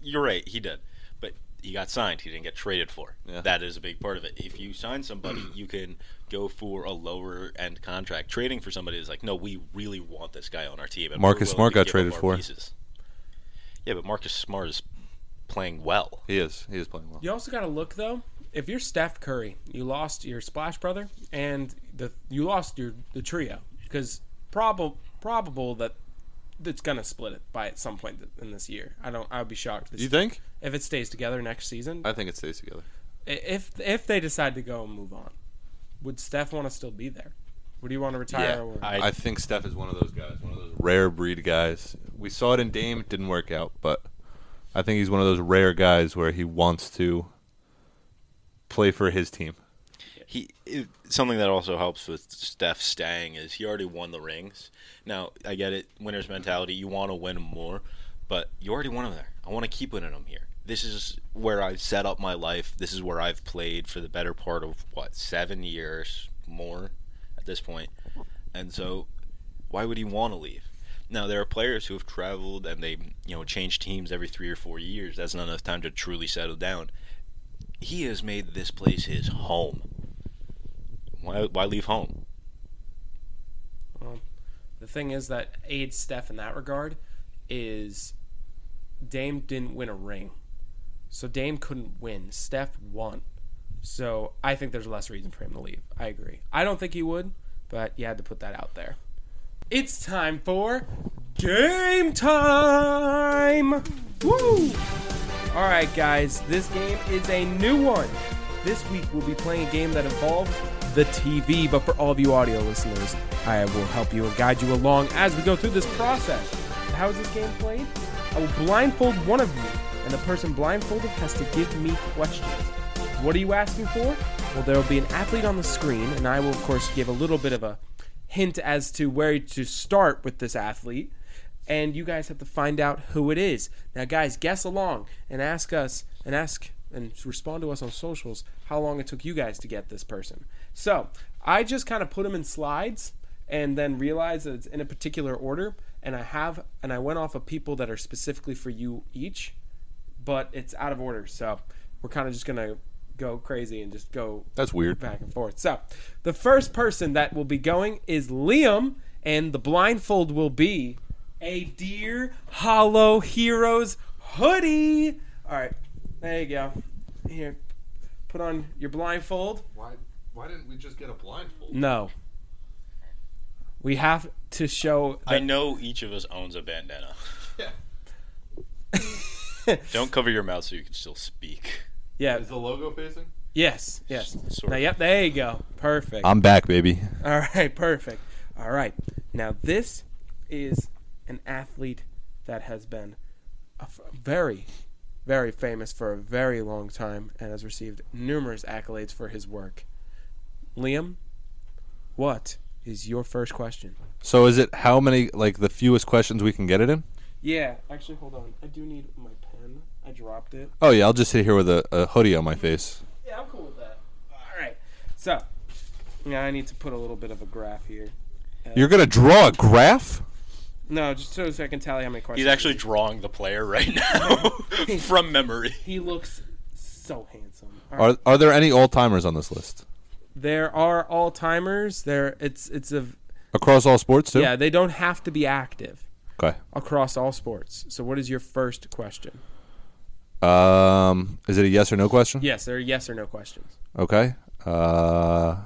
B: You're right, he did, but he got signed. He didn't get traded for.
C: Yeah.
B: That is a big part of it. If you sign somebody, you can go for a lower end contract. Trading for somebody is like, no, we really want this guy on our team. and we're
C: Marcus
B: willing
C: Smart
B: to
C: got
B: give up
C: traded
B: our
C: for.
B: Pieces. Yeah, but Marcus Smart is playing well.
C: He is. He is playing well.
A: You also got to look though. If you're Steph Curry, you lost your splash brother and the you lost your the trio because probable probable that it's gonna split it by at some point in this year. I don't. I would be shocked if,
C: You
A: it's-
C: think?
A: if it stays together next season.
C: I think it stays together.
A: I- if if they decide to go and move on, would Steph want to still be there? Would he want to retire?
C: Yeah,
A: or,
B: I,
C: I, think Steph is one of those guys, one of those rare breed guys. We saw it in Dame, it didn't work out, but I think he's one of those rare guys where he wants to play for his team.
B: he it, something that also helps with Steph staying is he already won the rings. Now I get it, winner's mentality. You want to win more, but you already won them there. I want to keep winning them here. This is where I've set up my life. This is where I've played for the better part of what seven years more at this point, and so why would he want to leave? Now there are players who have traveled and they you know change teams every three or four years. That's not enough time to truly settle down. He has made this place his home. Why, why leave home?
A: the thing is that aids Steph in that regard is Dame didn't win a ring, so Dame couldn't win. Steph won, so I think there's less reason for him to leave. I agree. I don't think he would, but you had to put that out there. It's time for game time. Woo! All right, guys, this game is a new one. This week we'll be playing a game that involves the TV, but for all of you audio listeners, I will help you and guide you along as we go through this process. How is this game played? I will blindfold one of you, and the person blindfolded has to give me questions. What are you asking for? Well, there will be an athlete on the screen, and I will, of course, give a little bit of a hint as to where to start with this athlete and you guys have to find out who it is. Now, guys, guess along and ask us and ask and respond to us on socials how long it took you guys to get this person. So I just kind of put them in slides and then realized that it's in a particular order. And I have and I went off of people that are specifically for you each, but it's out of order. So we're kind of just gonna go crazy and just go
C: That's weird.
A: back and forth. So, the first person that will be going is Liam, and the blindfold will be a Dear Hollow Heroes hoodie. All right, there you go. Here, put on your blindfold.
C: Why why didn't we just get a blindfold?
A: No, we have to show.
B: I know each of us owns a bandana.
C: Yeah.
B: Don't cover your mouth so you can still speak.
A: Yeah,
C: the logo facing?
A: yes, yes.
B: Sort
A: Now,
B: of.
A: yep, there you go. Perfect.
C: I'm back, baby.
A: All right, perfect. All right. Now, this is an athlete that has been a f- very, very famous for a very long time and has received numerous accolades for his work. Liam, what is your first question?
C: So is it how many like the fewest questions we can get it in?
A: Yeah, actually, hold on. I do need my pen. I dropped it.
C: Oh yeah, I'll just sit here with a, a hoodie on my face.
A: Yeah, I'm cool with that. All right. So, now I need to put a little bit of a graph here.
C: You're gonna draw a graph?
A: No, just so, so I can tally how many questions.
B: He's actually drawing the player right now from memory.
A: He looks so handsome. All right.
C: Are are there any all timers on this list?
A: There are all timers. There, it's it's a
C: Across all sports too?
A: yeah. They don't have to be active
C: Okay.
A: across all sports. So, what is your first question?
C: Um, is it a yes or no question?
A: Yes, there are yes or no questions.
C: Okay. Uh,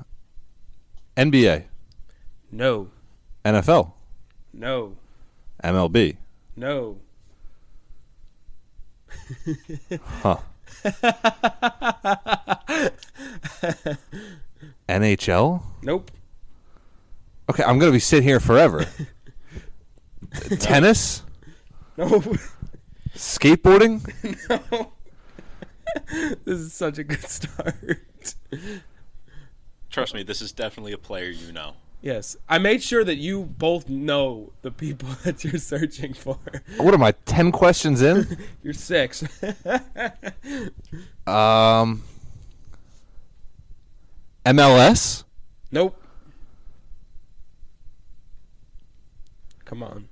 C: NBA,
A: No,
C: NFL,
A: no,
C: MLB.
A: no.
C: Huh. NHL?
A: Nope.
C: Okay, I'm gonna be sitting here forever. Tennis?
A: No.
C: Skateboarding?
A: no. this is such a good start.
B: Trust me, this is definitely a player you know.
A: Yes. I made sure that you both know the people that you're searching for.
C: What am I? Ten questions in?
A: You're six.
C: Um, MLS?
A: nope. Come on.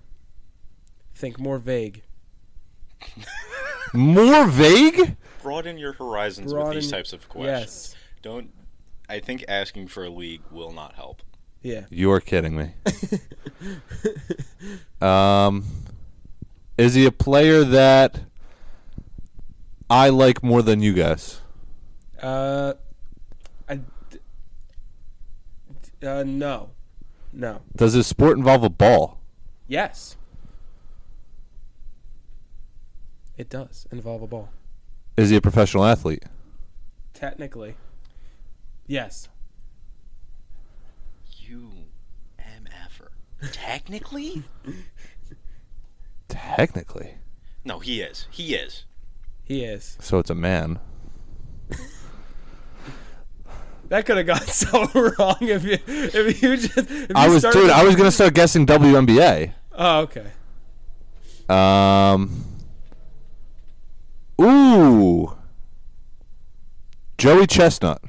A: Think more vague.
C: More vague?
B: Broaden your horizons with
A: Broaden-
B: these types of
A: Yes.
B: questions. Don't. I think asking for a league will not help.
A: Yeah.
C: You're kidding me. um, is he a player that I like more than you guys?
A: Uh, I, d- uh, no, no.
C: Does his sport involve a ball?
A: Yes, it does involve a ball.
C: Is he a professional athlete?
A: Technically, yes.
B: You MFer. Technically?
C: Technically.
B: No, he is. He is.
A: He is.
C: So it's a man.
A: That could have gone so wrong if you if you just. If
C: I
A: you
C: was,
A: started-
C: dude. I was gonna start guessing WNBA.
A: Oh, okay.
C: Um. Ooh. Joey Chestnut.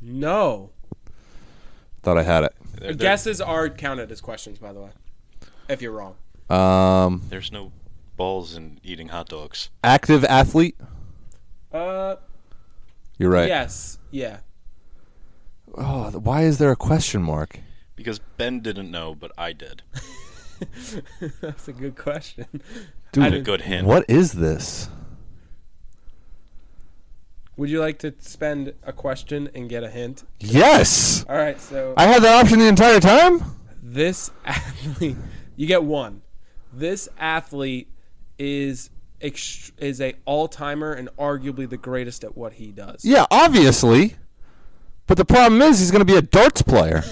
A: No.
C: Thought I had it.
B: There- there-
A: Guesses are counted as questions, by the way. If you're wrong,
C: Um.
B: There's no balls in eating hot dogs.
C: Active athlete.
A: uh,
C: You're right.
A: yes, yeah.
C: Oh, th- why is there a question mark?
B: Because Ben didn't know, but I did.
A: That's a good question.
B: I
C: Dude,
B: did. Good hint.
C: what is this?
A: Would you like to spend a question and get a hint?
C: Yes.
A: All right, so
C: I had that option the entire time.
A: this athlete, you get one. This athlete is ext- is a all timer and arguably the greatest at what he does.
C: Yeah, obviously. But the problem is he's going to be a darts player.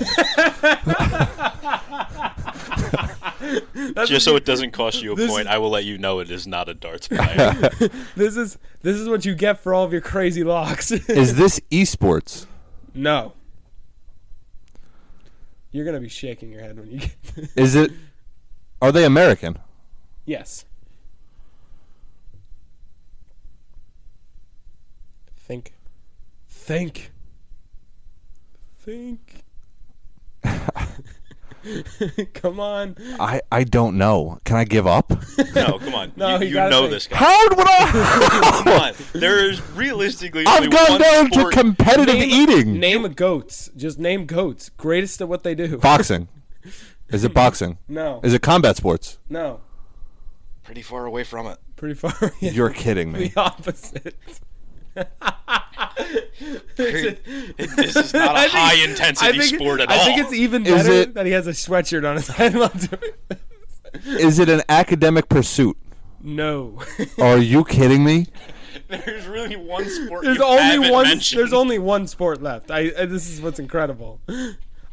B: Just so it doesn't cost you a point, I will let you know it is not a darts player.
A: This is this is what you get for all of your crazy locks.
C: is this esports?
A: no. You're gonna be shaking your head when you get.
C: Is it? Are they American?
A: yes. Think. Think. Think. Come on.
C: I I don't know. Can I give up?
B: no, come on.
A: No,
B: you
A: you
B: you
A: gotta
B: know
A: think.
B: this guy.
C: How would I?
B: Come on. There is realistically only
C: I've gone
B: one
C: down to
B: sport-
C: competitive eating.
A: Name goats. Just name goats. Greatest at what they do.
C: Boxing. Is it boxing?
A: No.
C: Is it combat sports?
A: No.
B: Pretty far away from it.
A: Pretty far.
C: You're kidding me.
A: the opposite.
B: this is not a
A: I think-
B: high intensity sport at
A: I
B: all.
A: think it's even
C: Is
A: better
C: it-
A: that he has a sweatshirt on his head while doing this.
C: Is it an academic pursuit?
A: No.
C: Are you kidding me?
B: there's really one sport.
A: e- there's
B: you
A: only
B: haven't
A: one.
B: mentioned.
A: There's only one sport left. I, I. This is what's incredible.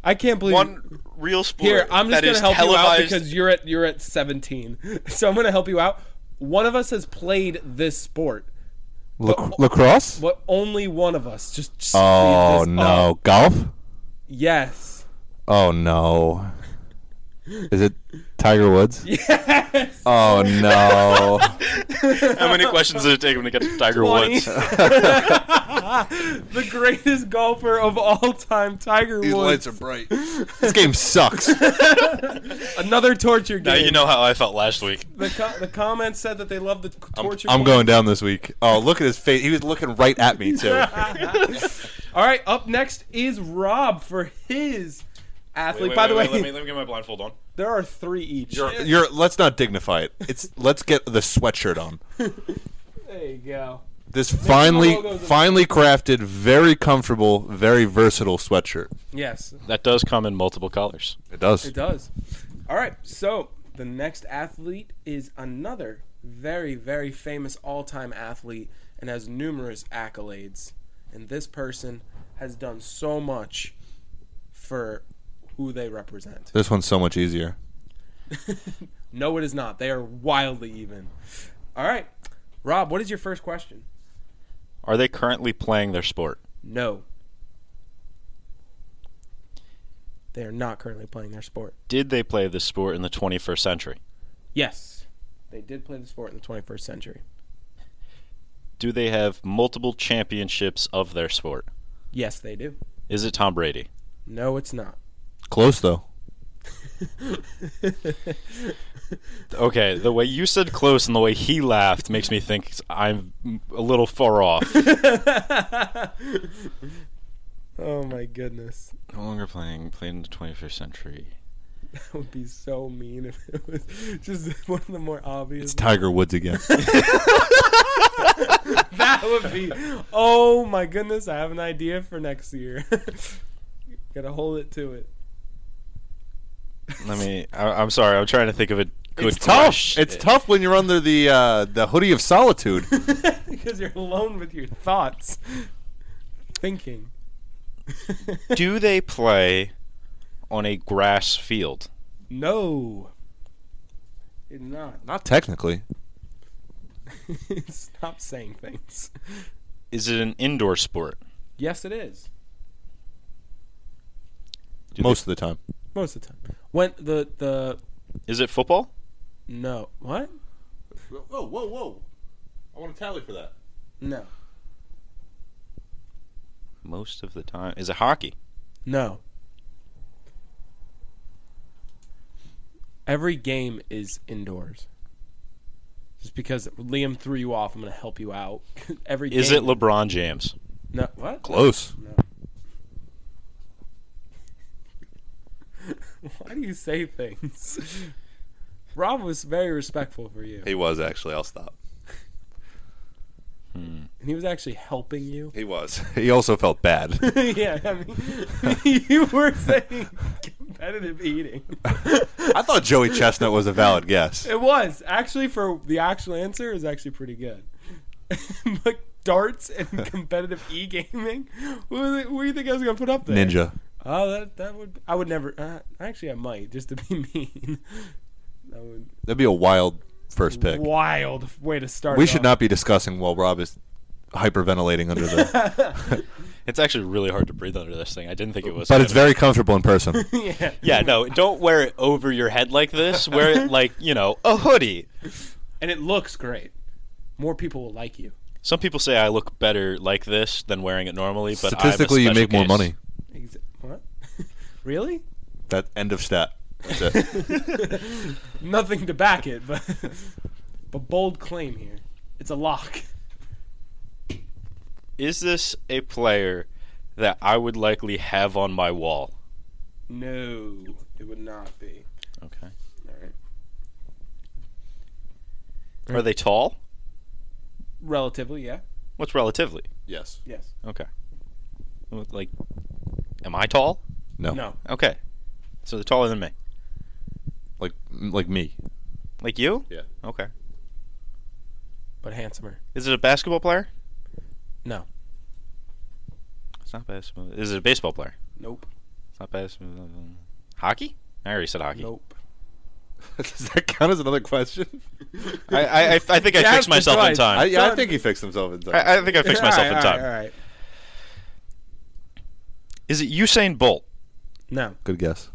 A: I can't believe.
B: one real sport.
A: Here, I'm just
B: that
A: gonna
B: is
A: help you
B: televised.
A: out because you're at you're at 17. So I'm gonna help you out. One of us has played this sport,
C: Lac- lacrosse?
A: but only one of us just. just
C: Oh
A: speed this up.
C: no, golf?
A: Yes.
C: Oh no. Is it Tiger Woods?
A: Yes.
C: Oh no.
B: How many questions did it take him to get to Tiger
A: Twenty.
B: Woods? Uh,
A: the greatest golfer of all time, Tiger Woods.
C: bright. This game sucks.
A: Another torture game.
B: Now you know how I felt last week.
A: The, co- the comments said that they love the c- torture.
C: I'm
A: game.
C: going down this week. Oh, look at his face. He was looking right at me too.
A: All right, up next is Rob for his athlete. By the way,
B: let me let me get my blindfold on.
A: there are three each.
C: You're let's not dignify it. It's let's get the sweatshirt on.
A: There you go.
C: This finely,
A: logos of-
C: finely crafted, very comfortable, very versatile sweatshirt.
A: Yes,
B: That does come in multiple colors.
C: It does.
A: it does. All right, so the next athlete is another very, very famous all time athlete and has numerous accolades. And this person has done so much for who they represent.
C: This one's so much easier.
A: No, it is not. They are wildly even. All right, Rob, what is your first question?
B: Are they currently playing their sport?
A: No. They are not currently playing their sport.
B: Did they play this sport in the 21st century?
A: Yes, they did play the sport in the 21st century.
B: Do they have multiple championships of their sport?
A: Yes, they do.
B: Is it Tom Brady?
A: No, it's not.
C: Close though.
B: Okay, the way you said close and the way he laughed makes me think I'm a little far off.
A: Oh my goodness.
B: no longer playing, playing in the 21st century.
A: That would be so mean if it was just one of the more obvious.
C: It's Tiger Woods again.
A: that would be. Oh my goodness, I have an idea for next year. Gotta hold it to it.
B: Let me. I, I'm sorry. I'm trying to think of a good
C: it's tough.
B: question.
C: It's tough when you're under the uh, the hoodie of solitude.
A: because you're alone with your thoughts, thinking.
B: Do they play on a grass field?
A: no, it's not.
C: Not technically.
A: Stop saying things.
B: Is it an indoor sport?
A: Yes, it is
B: Do they-
C: most of the time.
A: most of the time. When the the
B: is it football?
A: no what
C: Whoa, whoa, whoa! I want to tally for that.
A: no
B: Most of the time. Is it hockey?
A: no. Every game is indoors. Just because Liam threw you off, I'm gonna help you out. Every
B: Is
A: game,
B: it LeBron James?
A: no what
C: Close.
A: No. Why do you say things? Rob was very respectful for you,
D: He was actually. I'll stop.
A: and he was actually helping you.
D: He was.
C: He also felt bad.
A: yeah, I mean, you were saying competitive eating.
C: I thought Joey Chestnut was a valid guess.
A: It was actually for the actual answer is actually pretty good. like darts and competitive e gaming. What, was it- what do you think I was gonna put up there?
C: Ninja.
A: Oh, that that would I would never. Uh, actually, I might just to be mean. that would
C: That'd be a wild first pick.
A: wild way to start.
C: We
A: it
C: should
A: off.
C: not be discussing while Rob is hyperventilating under the.
B: It's actually really hard to breathe under this thing. I didn't think it was.
C: But it's very comfortable in person.
A: yeah.
B: Yeah, no, don't wear it over your head like this. Wear it like, you know, a hoodie.
A: and it looks great. More people will like you.
B: Some people say I look better like this than wearing it normally, but I'm a
C: Statistically, you
B: special
C: make more
B: case.
C: money.
A: Exa- what? really?
C: That end of stat. That's it.
A: Nothing to back it, but but bold claim here. It's a lock.
B: Is this a player that I would likely have on my wall?
A: No, it would not be.
B: Okay.
A: All right.
B: Are they tall?
A: Relatively, yeah.
B: What's relatively?
C: yes.
A: Yes.
B: Okay. Like, am I tall?
C: No.
A: No.
B: Okay. So they're taller than me.
C: Like like me.
B: Like you?
C: Yeah.
B: Okay.
A: But handsomer.
B: Is it a basketball player?
A: No.
B: It's not basketball. Is it a baseball player?
A: Nope.
B: It's not basketball. Hockey? I already said hockey.
A: Nope.
C: Does that count as another question?
B: I, I, I- I think I
A: That's
B: fixed myself
A: right.
B: in time.
C: I, yeah, I
A: Done.
C: think he fixed himself in time.
B: I, I think I fixed myself in time.
A: All right.
B: Is it Usain Bolt?
A: No.
C: Good guess.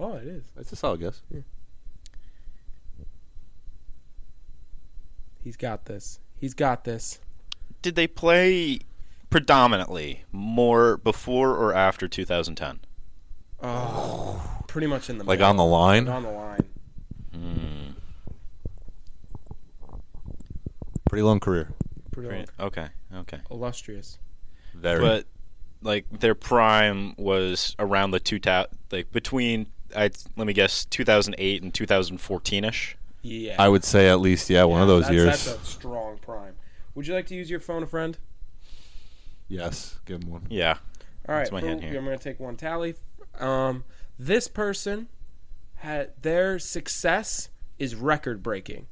A: Oh, it is.
C: That's a solid guess.
A: He's got this. He's got this.
B: Did they play predominantly more before or after 2010?
A: Oh, pretty much in the
C: Like
A: middle.
C: on the line,
A: on the line.
C: pretty long career.
A: Pretty long.
B: Okay, okay.
A: illustrious.
C: Very.
B: But like their prime was around the two ta- like between I let me guess 2008 and 2014ish.
A: Yeah.
C: I would say at least, yeah, one of those
A: that's,
C: years.
A: That's a strong prime. Would you like to use your phone a friend?
C: Yes, give him one.
B: Yeah.
A: All right,
B: That's my
A: for-
B: hand here.
A: I'm going to take one tally. Um, this person had their success is record breaking.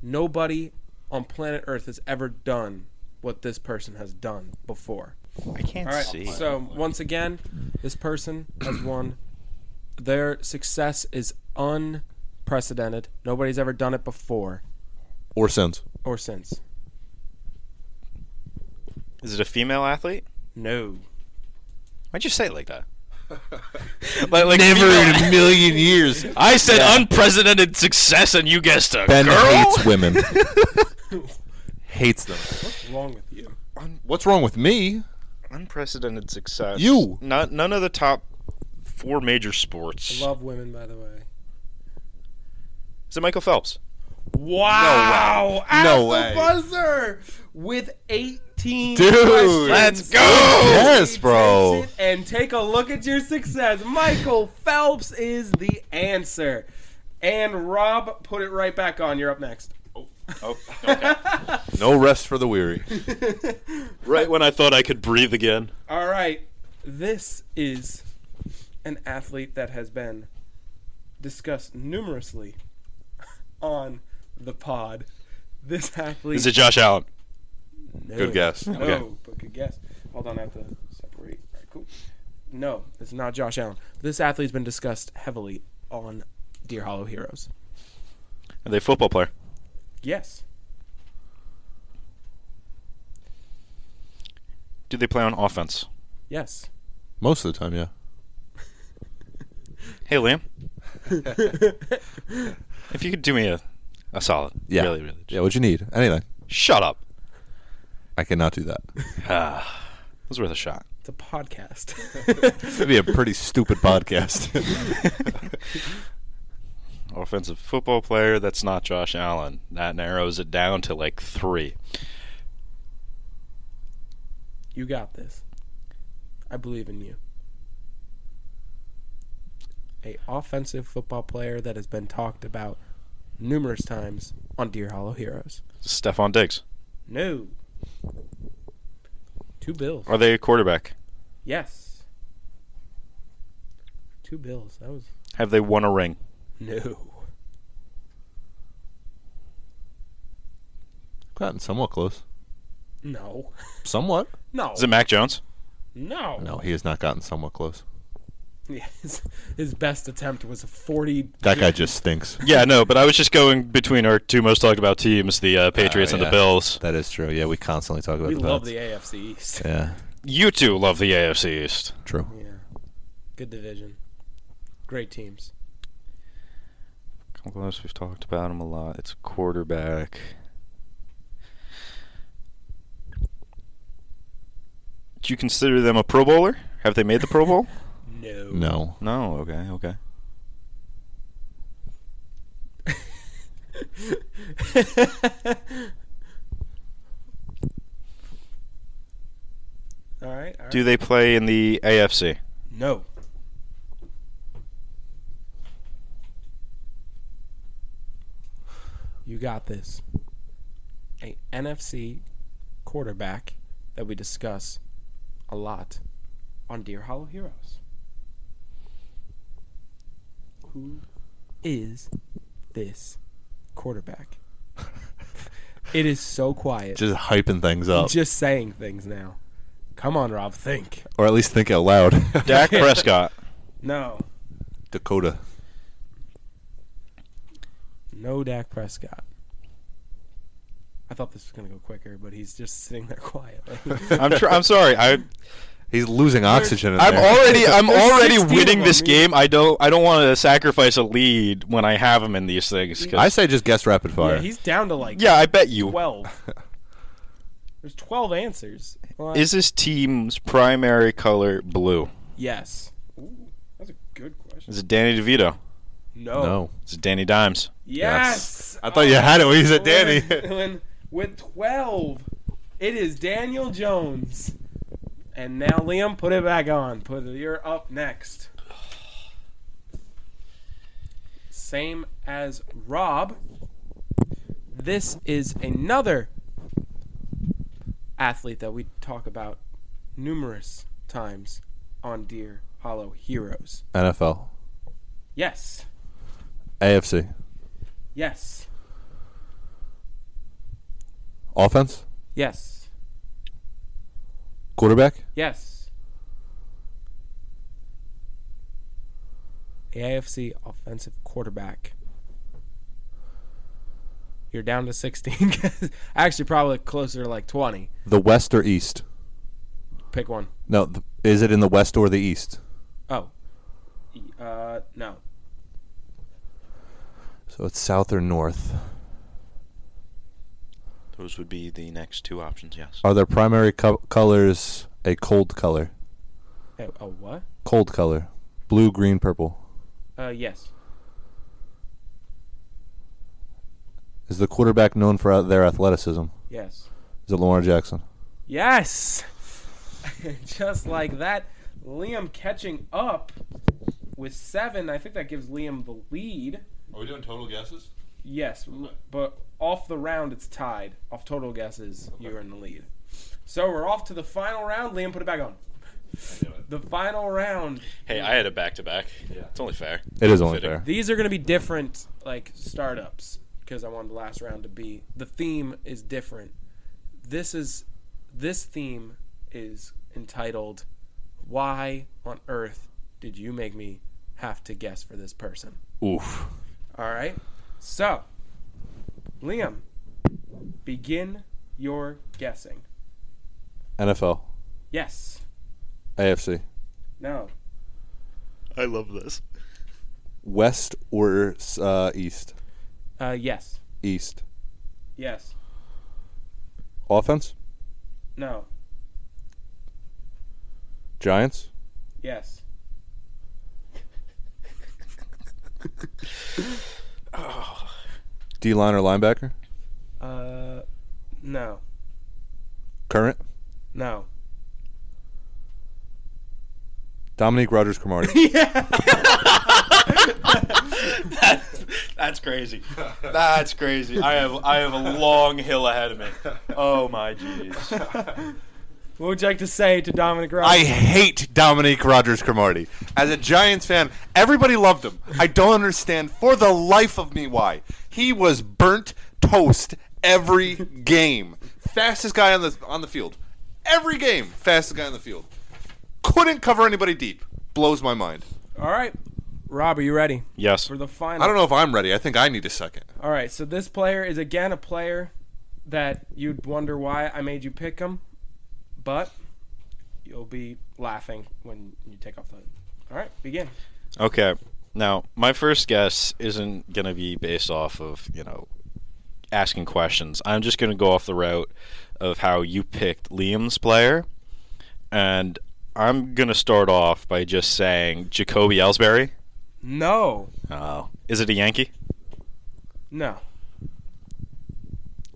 A: Nobody on planet Earth has ever done what this person has done before.
B: I can't
A: All right,
B: see.
A: so once again, this person has won. Their success is unprecedented. Nobody's ever done it before
C: Or since.
A: or since.
B: Is it a female athlete?
A: No.
B: Why'd you say it like that? like, like
C: Never
B: female-
C: in a million years.
B: I said unprecedented success, and you guessed a
C: Ben
B: girl.
C: hates women. hates them.
A: What's wrong with you?
C: What's wrong with me?
B: Unprecedented success.
C: You.
B: Not none of the top four major sports.
A: Love women, by the way.
B: Is it Michael Phelps?
A: Wow!
C: No way.
A: At the buzzer with 18
C: Dude.
A: questions.
B: Let's go.
C: Yes, bro.
A: Takes it And take a look at your success. Michael Phelps is the answer. And Rob, put it right back on. You're up next.
B: Oh, okay.
C: No rest for the weary.
B: right when I thought I could breathe again.
A: All right. This is an athlete that has been discussed numerously on the pod. This athlete
B: Is it Josh Allen?
A: No.
C: Good guess.
A: No,
B: Okay.
A: but good guess. Hold on, I have to separate. All right, cool. No, it's not Josh Allen. This athlete's been discussed heavily on Dear Hollow Heroes.
B: Are they a football player?
A: Yes.
B: Do they play on offense?
A: Yes.
C: Most of the time, yeah.
B: Hey, Liam. if you could do me a, a solid.
C: Yeah.
B: Really, really.
C: Yeah, what you need? Anything.
B: Shut up.
C: I cannot do that.
B: Ah, it was worth a shot.
A: It's a podcast.
C: It'd be a pretty stupid podcast.
B: Offensive football player. That's not Josh Allen. That narrows it down to like three.
A: you got this. I believe in you. A offensive football player that has been talked about numerous times on Dear Hollow Heroes.
B: Stephon Diggs.
A: No. Two bills.
B: Are they a quarterback?
A: Yes. Two bills. That was
B: Have they won a ring?
A: no.
C: Gotten somewhat close.
A: No.
C: Somewhat?
A: No.
B: Is it Mac Jones?
A: no.
C: No, he has not gotten somewhat close.
A: Yeah, his, his best attempt was a 40.
C: That guy just stinks.
B: Yeah, no, but I was just going between our two most talked about teams, the uh, Patriots
C: Oh,
B: and the
C: yeah.
B: Bills.
C: That is true. Yeah, we constantly talk about
A: We
C: the
A: love
C: Pats.
A: the AFC East.
C: Yeah,
B: You two love the AFC East.
C: true.
A: Yeah. Good division. Great teams.
B: Come close, we've talked about him a lot. It's a quarterback. Do you consider them a Pro Bowler? Have they made the Pro Bowl?
A: No.
C: No.
B: no, okay, okay.
A: all right. All right.
B: Do they play in the AFC?
A: no. You got this. A NFC quarterback that we discuss a lot on Dear Hollow Heroes. Who is this quarterback? it is so quiet.
C: Just hyping things up.
A: Just saying things now. Come on, Rob, think.
C: or at least think out loud.
B: Dak Prescott.
A: No.
C: Dakota.
A: No Dak Prescott. I thought this was going to go quicker, but he's just sitting there quietly.
B: I'm tr- I'm sorry. I
C: He's losing oxygen in
B: I'm
C: there.
B: already I'm
A: There's
B: already
A: 16 of
B: winning
A: them,
B: this
A: yeah.
B: game. I don't I don't want to sacrifice a lead when I have him in these things. 'cause-
C: I say just guess rapid fire.
A: yeah, he's down to like
B: yeah, I bet you.
A: 12. There's 12 answers. Well,
B: Is this team's primary color blue?
A: yes. Ooh, that's a good question.
B: Is it Danny DeVito?
A: No.
C: no.
B: Is it Danny Dimes?
A: Yes.
C: I thought you had it when you said Danny.
A: With, with 12, it is Daniel Jones. And now, Liam, put it back on. Put it, You're up next. Same as Rob. This is another athlete that we talk about numerous times on Deer Hollow Heroes.
C: NFL,
A: Yes.
C: AFC,
A: Yes.
C: offense,
A: Yes.
C: quarterback,
A: Yes. The AFC offensive quarterback. You're down to 16. Actually, probably closer to like 20.
C: the West or East.
A: Pick one.
C: No, th- is it in the West or the East?
A: Oh. E- Uh, no.
C: So it's South or North.
B: Those would be the next two options, yes.
C: Are their primary co- colors a cold color?
A: A, a Oh, what?
C: Cold color, blue, green, purple.
A: Uh, yes.
C: Is the quarterback known for uh, their athleticism?
A: Yes.
C: Is it Lamar Jackson?
A: Yes! Just like that. Liam catching up with seven. I think that gives Liam the lead.
B: Are we doing total guesses?
A: Yes, l- but off the round, it's tied. Off total guesses, you're in the lead. So we're off to the final round. Liam, put it back on. The final round.
B: Hey, I had a back to back. It's only fair.
C: It is only
B: Fitting.
C: fair.
A: These are going to be different, like startups, because I wanted the last round to be. The theme is different. This is, this theme is entitled, "Why on Earth Did You Make Me Have to Guess for This Person?"
C: Oof.
A: All right. So, Liam, begin your guessing.
C: NFL,
A: Yes.
C: AFC,
A: No.
B: I love this.
C: West or uh, East?
A: Uh, yes.
C: East.
A: Yes.
C: Offense,
A: No.
C: Giants,
A: Yes.
C: D line or linebacker,
A: Uh, no.
C: current,
A: No.
C: Dominique Rogers Cromartie.
A: yeah.
B: That's, that's crazy. That's crazy. I have I have a long hill ahead of me. Oh my jeez.
A: What would you like to say to Dominic Rogers?
C: I hate Dominique Rogers Cromartie. As a Giants fan, everybody loved him. I don't understand for the life of me why. He was burnt toast every game. Fastest guy on the on the field. Every game, fastest guy on the field. Couldn't cover anybody deep. Blows my mind.
A: All right. Rob, are you ready
B: Yes.
A: for the final?
C: I don't know if I'm ready. I think I need a second.
A: All right. So this player is again a player that you'd wonder why I made you pick him, but you'll be laughing when you take off the. All right. Begin.
B: Okay. Now, my first guess isn't going to be based off of, you know, asking questions. I'm just going to go off the route of how you picked Liam's player. And I'm going to start off by just saying Jacoby Ellsbury.
A: No.
B: Oh. Is it a Yankee?
A: No.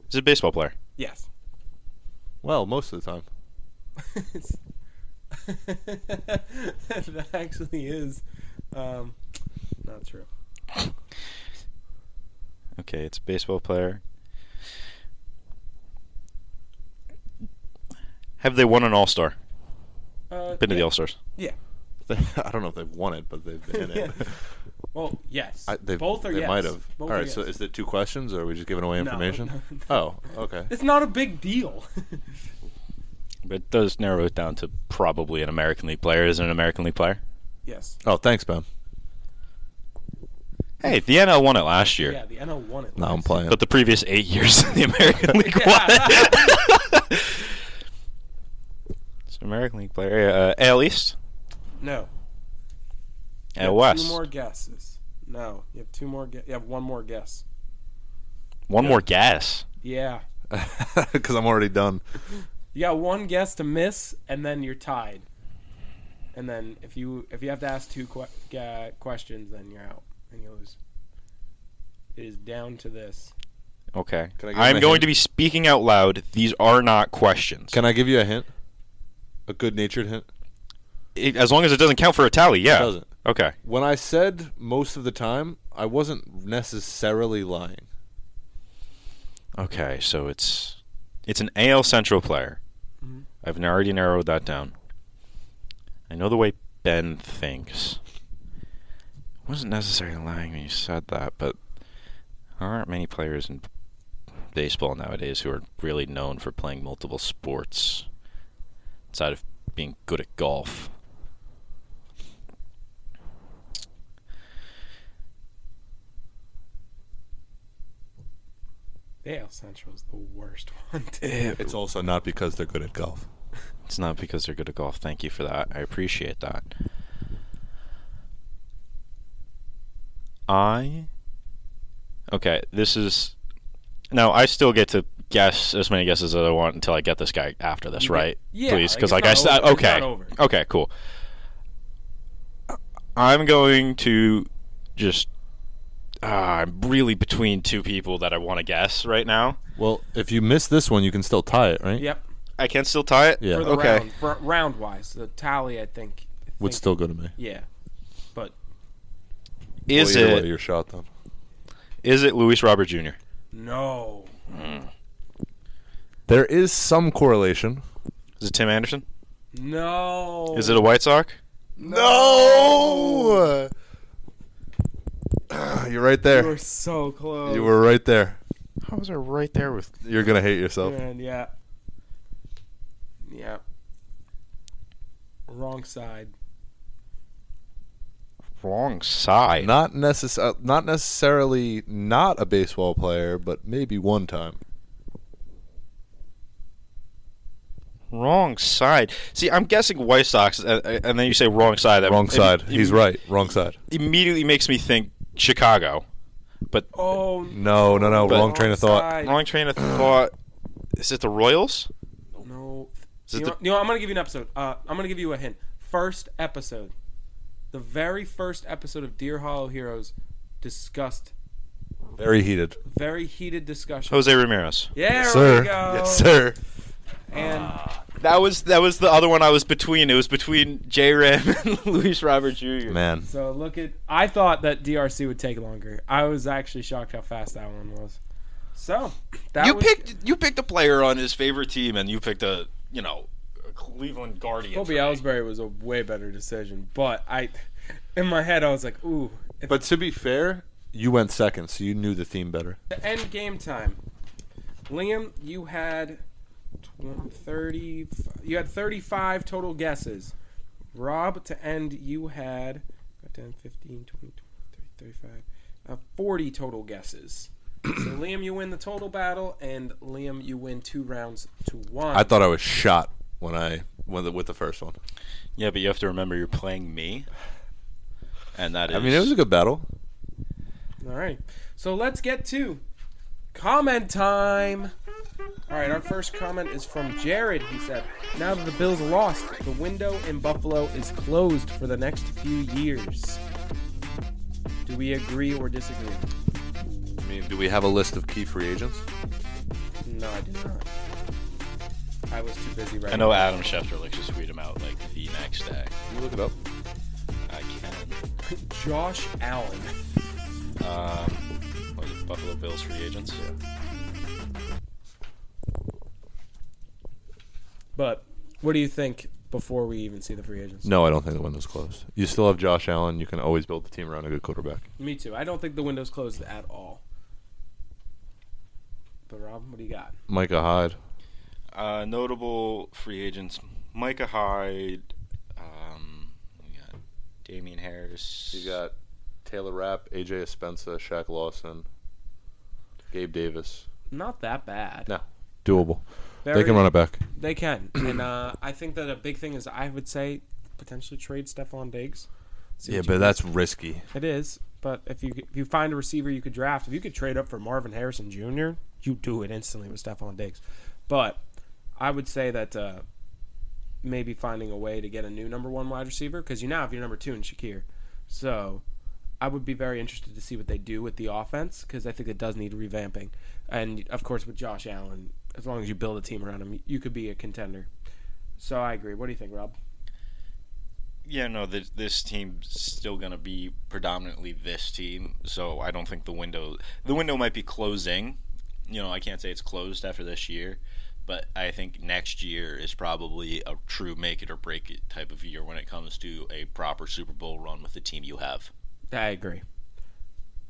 B: Is it a baseball player?
A: Yes.
C: Well, most of the time.
A: that actually is um, not true.
B: Okay, it's a baseball player. Have they won an All Star?
A: Uh,
B: Been to
A: yeah.
B: the All Stars.
C: I don't know if they've won it, but they've been in it.
A: Yeah. Well, yes.
C: I, they've,
A: Both are
C: they
A: yes.
C: might have.
A: Both
C: All
A: are
C: right, so
A: yes.
C: is it two questions, or are we just giving away
A: No,
C: information?
A: no,
C: Oh, okay.
A: it's not a big deal.
B: But it does narrow it down to probably an American League player. Is it an American League player?
A: yes.
C: Oh, thanks, Ben.
B: Hey, the NL won it last year,
A: Yeah, the NL won it.
C: No, I'm
A: last
C: playing.
B: but the previous eight years the American League
A: Yeah.
B: won it. it's an American League player. Uh, AL East,
A: year. No. You have
B: AL West.
A: Two more guesses. No, you have two more. Gu- you have one more guess.
B: One more guess.
A: Yeah,
C: Because I'm already done.
A: you got one guess to miss, and then you're tied. And then if you if you have to ask two que- uh, questions, then you're out and you lose. It is down to this.
B: Okay,
C: Can I give him
B: I'm
C: a
B: going
C: hint?
B: to be speaking out loud. These are not questions.
C: Can I give you a hint? A good-natured hint.
B: It- as long as it doesn't count for a tally, yeah.
C: Doesn't.
B: Okay.
C: When I said most of the time, I wasn't necessarily lying.
B: Okay, so it's it's an AL Central player.
A: Mhm.
B: I've already narrowed that down. I know the way Ben thinks. wasn't necessarily lying when you said that, but there aren't many players in baseball nowadays who are really known for playing multiple sports outside of being good at golf.
A: Dale Central is the worst one.
C: It's also not because they're good at golf.
B: It's not because they're good at golf. Thank you for that. I appreciate that. I. Okay, this is. Now, I still get to guess as many guesses as I want until I get this guy after this,
A: You get-
B: right?
A: yeah,
B: Please,
A: like,
B: because
A: it's
B: like,
A: not
B: I said,
A: over. It's
B: okay,
A: not over.
B: okay, cool. I'm going to just. Uh, I'm really between two people that I want to guess right now.
C: Well, if you miss this one, you can still tie it, right?
A: Yep.
B: I can still tie it.
C: Yeah.
A: For the
B: Okay.
A: round, for round wise, the tally I think. I
C: Would
A: think-
C: still go to me.
A: Yeah, but
B: Is
C: well, either
B: it
C: way, your shot then?
B: is it Luis Robert Jr.?
A: no.
C: Hmm. There is some correlation.
B: Is it Tim Anderson?
A: No.
B: Is it a White Sox?
C: No. You're right
A: You
C: there.
A: were so close.
C: You were right there.
B: How was I right there with?
C: You're gonna hate yourself.
A: Man, yeah. Yeah. Wrong side.
B: Wrong side.
C: Not necess- uh, Not necessarily not a baseball player, but maybe one time.
B: Wrong side. See, I'm guessing White Sox, uh, uh, and then you say wrong side. That
C: Wrong
B: im-
C: side.
B: im-
C: He's right. Wrong side.
B: Immediately makes me think Chicago.
A: Oh.
C: No, no, no.
B: But-
C: wrong train of thought.
A: side.
B: Wrong train of thought. Is it the Royals?
A: No.
B: Is
A: You
B: it
A: know,
B: the,
A: you know, I'm gonna give you an episode. Uh, I'm gonna give you a hint. First episode, the very first episode of Deer Hollow Heroes, discussed
C: Very heated.
A: very heated discussion.
B: Jose Ramirez?
A: Yeah,
C: Oh, Yes,
A: there
C: sir.
A: we go.
C: Yes, sir.
A: And
B: That was that was the other one I was between. It was between J. Ram and Luis Robert Jr.
C: Man.
A: so look at. I thought that DRC would take longer. I was actually shocked how fast that one was. So that
B: you
A: was,
B: picked you picked a player on his favorite team, and you picked a you know a Cleveland Guardian.
A: Kobe Ellsbury was a way better decision, but I, in my head, I was like, ooh, if
C: But to be fair, you went second, so you knew the theme better.
A: the end game time. Liam, you had tw- 30, you had 35 total guesses. Rob, to end, you had 10, 15, 20, 30, 35, uh, 40 total guesses. so Liam, you win the total battle, and Liam, you win two rounds to one.
C: I thought I was shot when I when the, with the first one.
B: Yeah, but you have to remember you're playing me, and that is.
C: I mean, it was a good battle.
A: All right. So let's get to comment time. All right, our first comment is from Jared. He said, "Now that the Bills lost, the window in Buffalo is closed for the next few years." Do we agree or disagree?
C: I mean, do we have a list of key free agents?
A: No, I do not. I was too busy right
B: I know Adam Schefter likes to tweet him out like the next day.
C: Can you look it up?
B: I can.
A: Josh Allen.
B: Um, what is it, Buffalo Bills free agents.
A: But what do you think before we even see the free agents?
C: No, I don't think the window's closed. You still have Josh Allen. You can always build the team around a good quarterback.
A: Me too. I don't think the window's closed at all. But Rob, what do you got?
C: Micah Hyde.
B: Uh, notable free agents: Micah Hyde. Um, we got Damian Harris.
C: You got Taylor Rapp, AJ Espensa, Shaq Lawson, Gabe Davis.
A: Not that bad.
C: No. Doable.
A: Very-
C: They can run it back.
A: They can, and uh, I think that a big thing is I would say potentially trade Stephon Diggs. See what you-
C: that's risky.
A: it is. But if you if you find a receiver you could draft, if you could trade up for Marvin Harrison Jr., you do it instantly with Stephon Diggs. But I would say that uh, maybe finding a way to get a new number one wide receiver because you now have your number two in Shakir. So I would be very interested to see what they do with the offense because I think it does need revamping. And of course, with Josh Allen, as long as you build a team around him, you could be a contender. So I agree. What do you think, Rob?
B: Yeah, no, this, this team's still going to be predominantly this team, so I don't think the window the window might be closing. you know, I can't say it's closed after this year, but I think next year is probably a true make it or break it type of year when it comes to a proper Super Bowl run with the team you have.
A: I agree.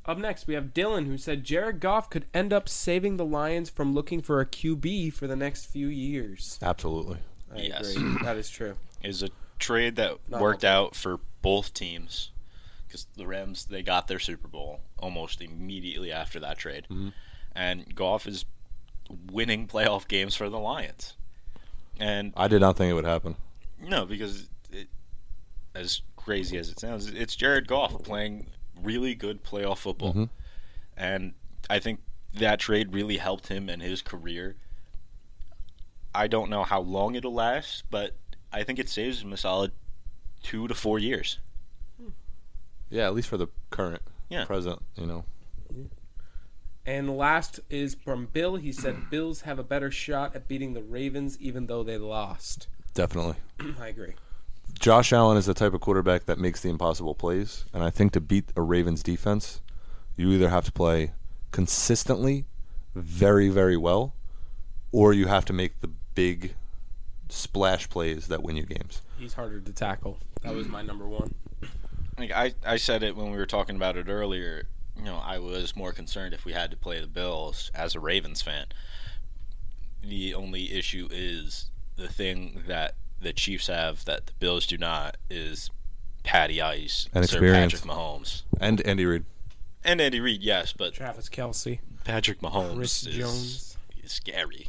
A: Up next, we have Dylan, who said Jared Goff could end up saving the Lions from looking for a QB for the next few years.
C: Absolutely.
A: I
B: Yes.
A: agree. That is true.
B: Is a trade that
A: No.
B: worked out for both teams because the Rams they got their Super Bowl almost immediately after that trade, and Goff is winning playoff games for the Lions, and
C: I did not think it would happen.
B: No, because it, as crazy as it sounds, it's Jared Goff playing really good playoff football,
C: Mhm.
B: and I think that trade really helped him in his career. I don't know how long it'll last, but I think it saves him a solid two to four years.
C: Yeah, at least for the current,
B: Yeah.
C: present, you know.
A: And last is from Bill. He said Bills have a better shot at beating the Ravens, even though they lost.
C: Definitely.
A: I agree.
C: Josh Allen is the type of quarterback that makes the impossible plays, and I think to beat a Ravens defense, you either have to play consistently, very very well, or you have to make the big splash plays that win you games.
A: He's harder to tackle. That was my number one.
B: Like I, I said it when we were talking about it earlier. You know, I was more concerned if we had to play the Bills as a Ravens fan. The only issue is the thing that the Chiefs have that the Bills do not is Patty Ice,
C: And
B: Sir
C: experience.
B: Patrick Mahomes,
C: And Andy Reid,
B: and Andy Reid. Yes, but
A: Travis Kelsey,
B: Patrick Mahomes
A: Chris
B: is,
A: Jones.
B: is scary.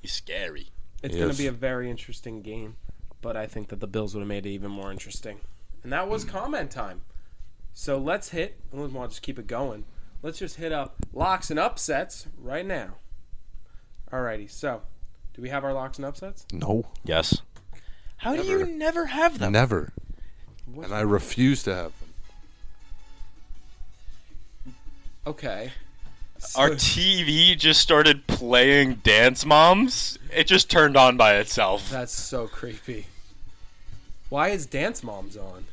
B: He's scary.
A: It's
C: Yes.
A: going to be a very interesting game, but I think that the Bills would have made it even more interesting. And that was comment time. So let's hit. I want to just keep it going. Let's just hit up locks and upsets right now. Alrighty. So, do we have our locks and upsets?
C: no,
B: Yes. How do you
C: Never.
B: never have them?
C: never,
A: What?
C: and I refuse to have them.
A: Okay.
B: Our TV just started playing Dance Moms. It just turned on by itself.
A: That's so creepy. Why is Dance Moms on?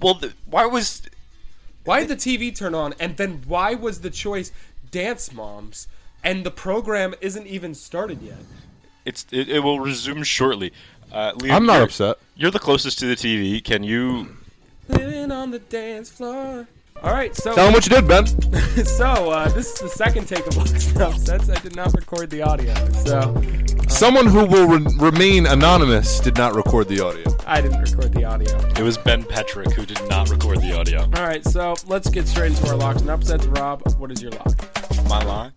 B: Well, th why was
A: Why did the TV turn on? And then why was the choice Dance Moms? And the program isn't even started yet.
B: it's? It, it will resume shortly. Uh, Liam,
C: I'm not
B: you're-
C: upset.
B: You're the closest to the TV. Can you?
A: Living on the dance floor. All right, so
C: Tell him what you did, Ben.
A: so uh, this is the second take of Lost and Upsets. I did not record the audio, so
C: Someone who will re- remain anonymous did not record the audio.
A: I didn't record the audio.
B: It was Ben Petrick who did not record the audio.
A: All right, so let's get straight into our locks and upsets. Rob, what is your lock?
B: My lock.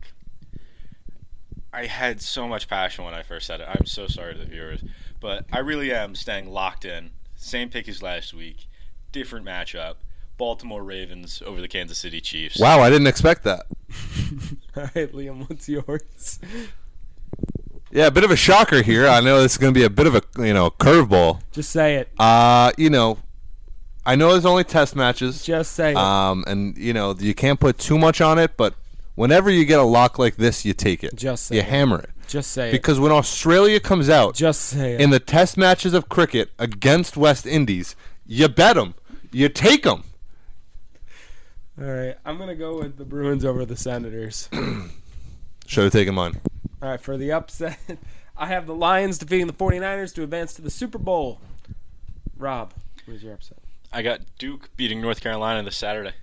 B: I had so much passion when I first said it. I'm so sorry to the viewers, but I really am staying locked in. Same pick as last week, different matchup. Baltimore Ravens over the Kansas City Chiefs.
C: Wow, I didn't expect that.
A: All right, Liam, what's yours?
C: Yeah, a bit of a shocker here. I know this is going to be a bit of a you know curveball.
A: Just say it.
C: Uh, you know, I know there's only test matches.
A: Just say it.
C: Um, and you know you can't put too much on it, but whenever you get a lock like this, you take it.
A: Just say
C: you
A: it.
C: hammer it
A: Just say it.
C: because when Australia comes out
A: Just say it.
C: in the test matches of cricket against West Indies, you bet them, you take them.
A: All right, I'm gonna go with the Bruins over the Senators.
C: Should have taken mine.
A: All right, for the upset, I have the Lions defeating the 49ers to advance to the Super Bowl. Rob, what is your upset?
B: I got Duke beating North Carolina this Saturday.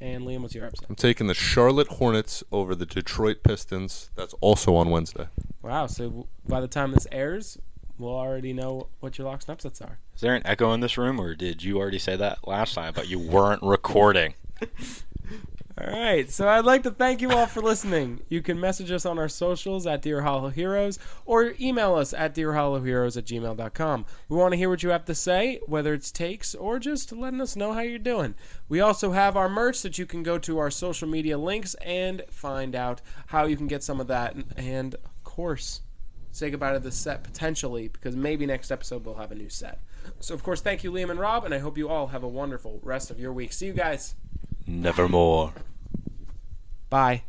A: And Liam, what's your upset?
C: I'm taking the Charlotte Hornets over the Detroit Pistons. That's also on Wednesday.
A: Wow, so w- by the time this airs, we'll already know what your locks and upsets are.
B: Is there an echo in this room, or did you already say that last time, but you weren't recording?
A: All right, so I'd like to thank you all for listening. You can message us on our socials at Dear Hollow Heroes or email us at DearHollowHeroes at gmail.com. We want to hear what you have to say, whether it's takes or just letting us know how you're doing. We also have our merch that you can go to our social media links and find out how you can get some of that. And, and of course, say goodbye to the set potentially because maybe next episode we'll have a new set. So, of course, thank you, Liam and Rob, and I hope you all have a wonderful rest of your week. See you guys.
B: Nevermore.
A: Bye.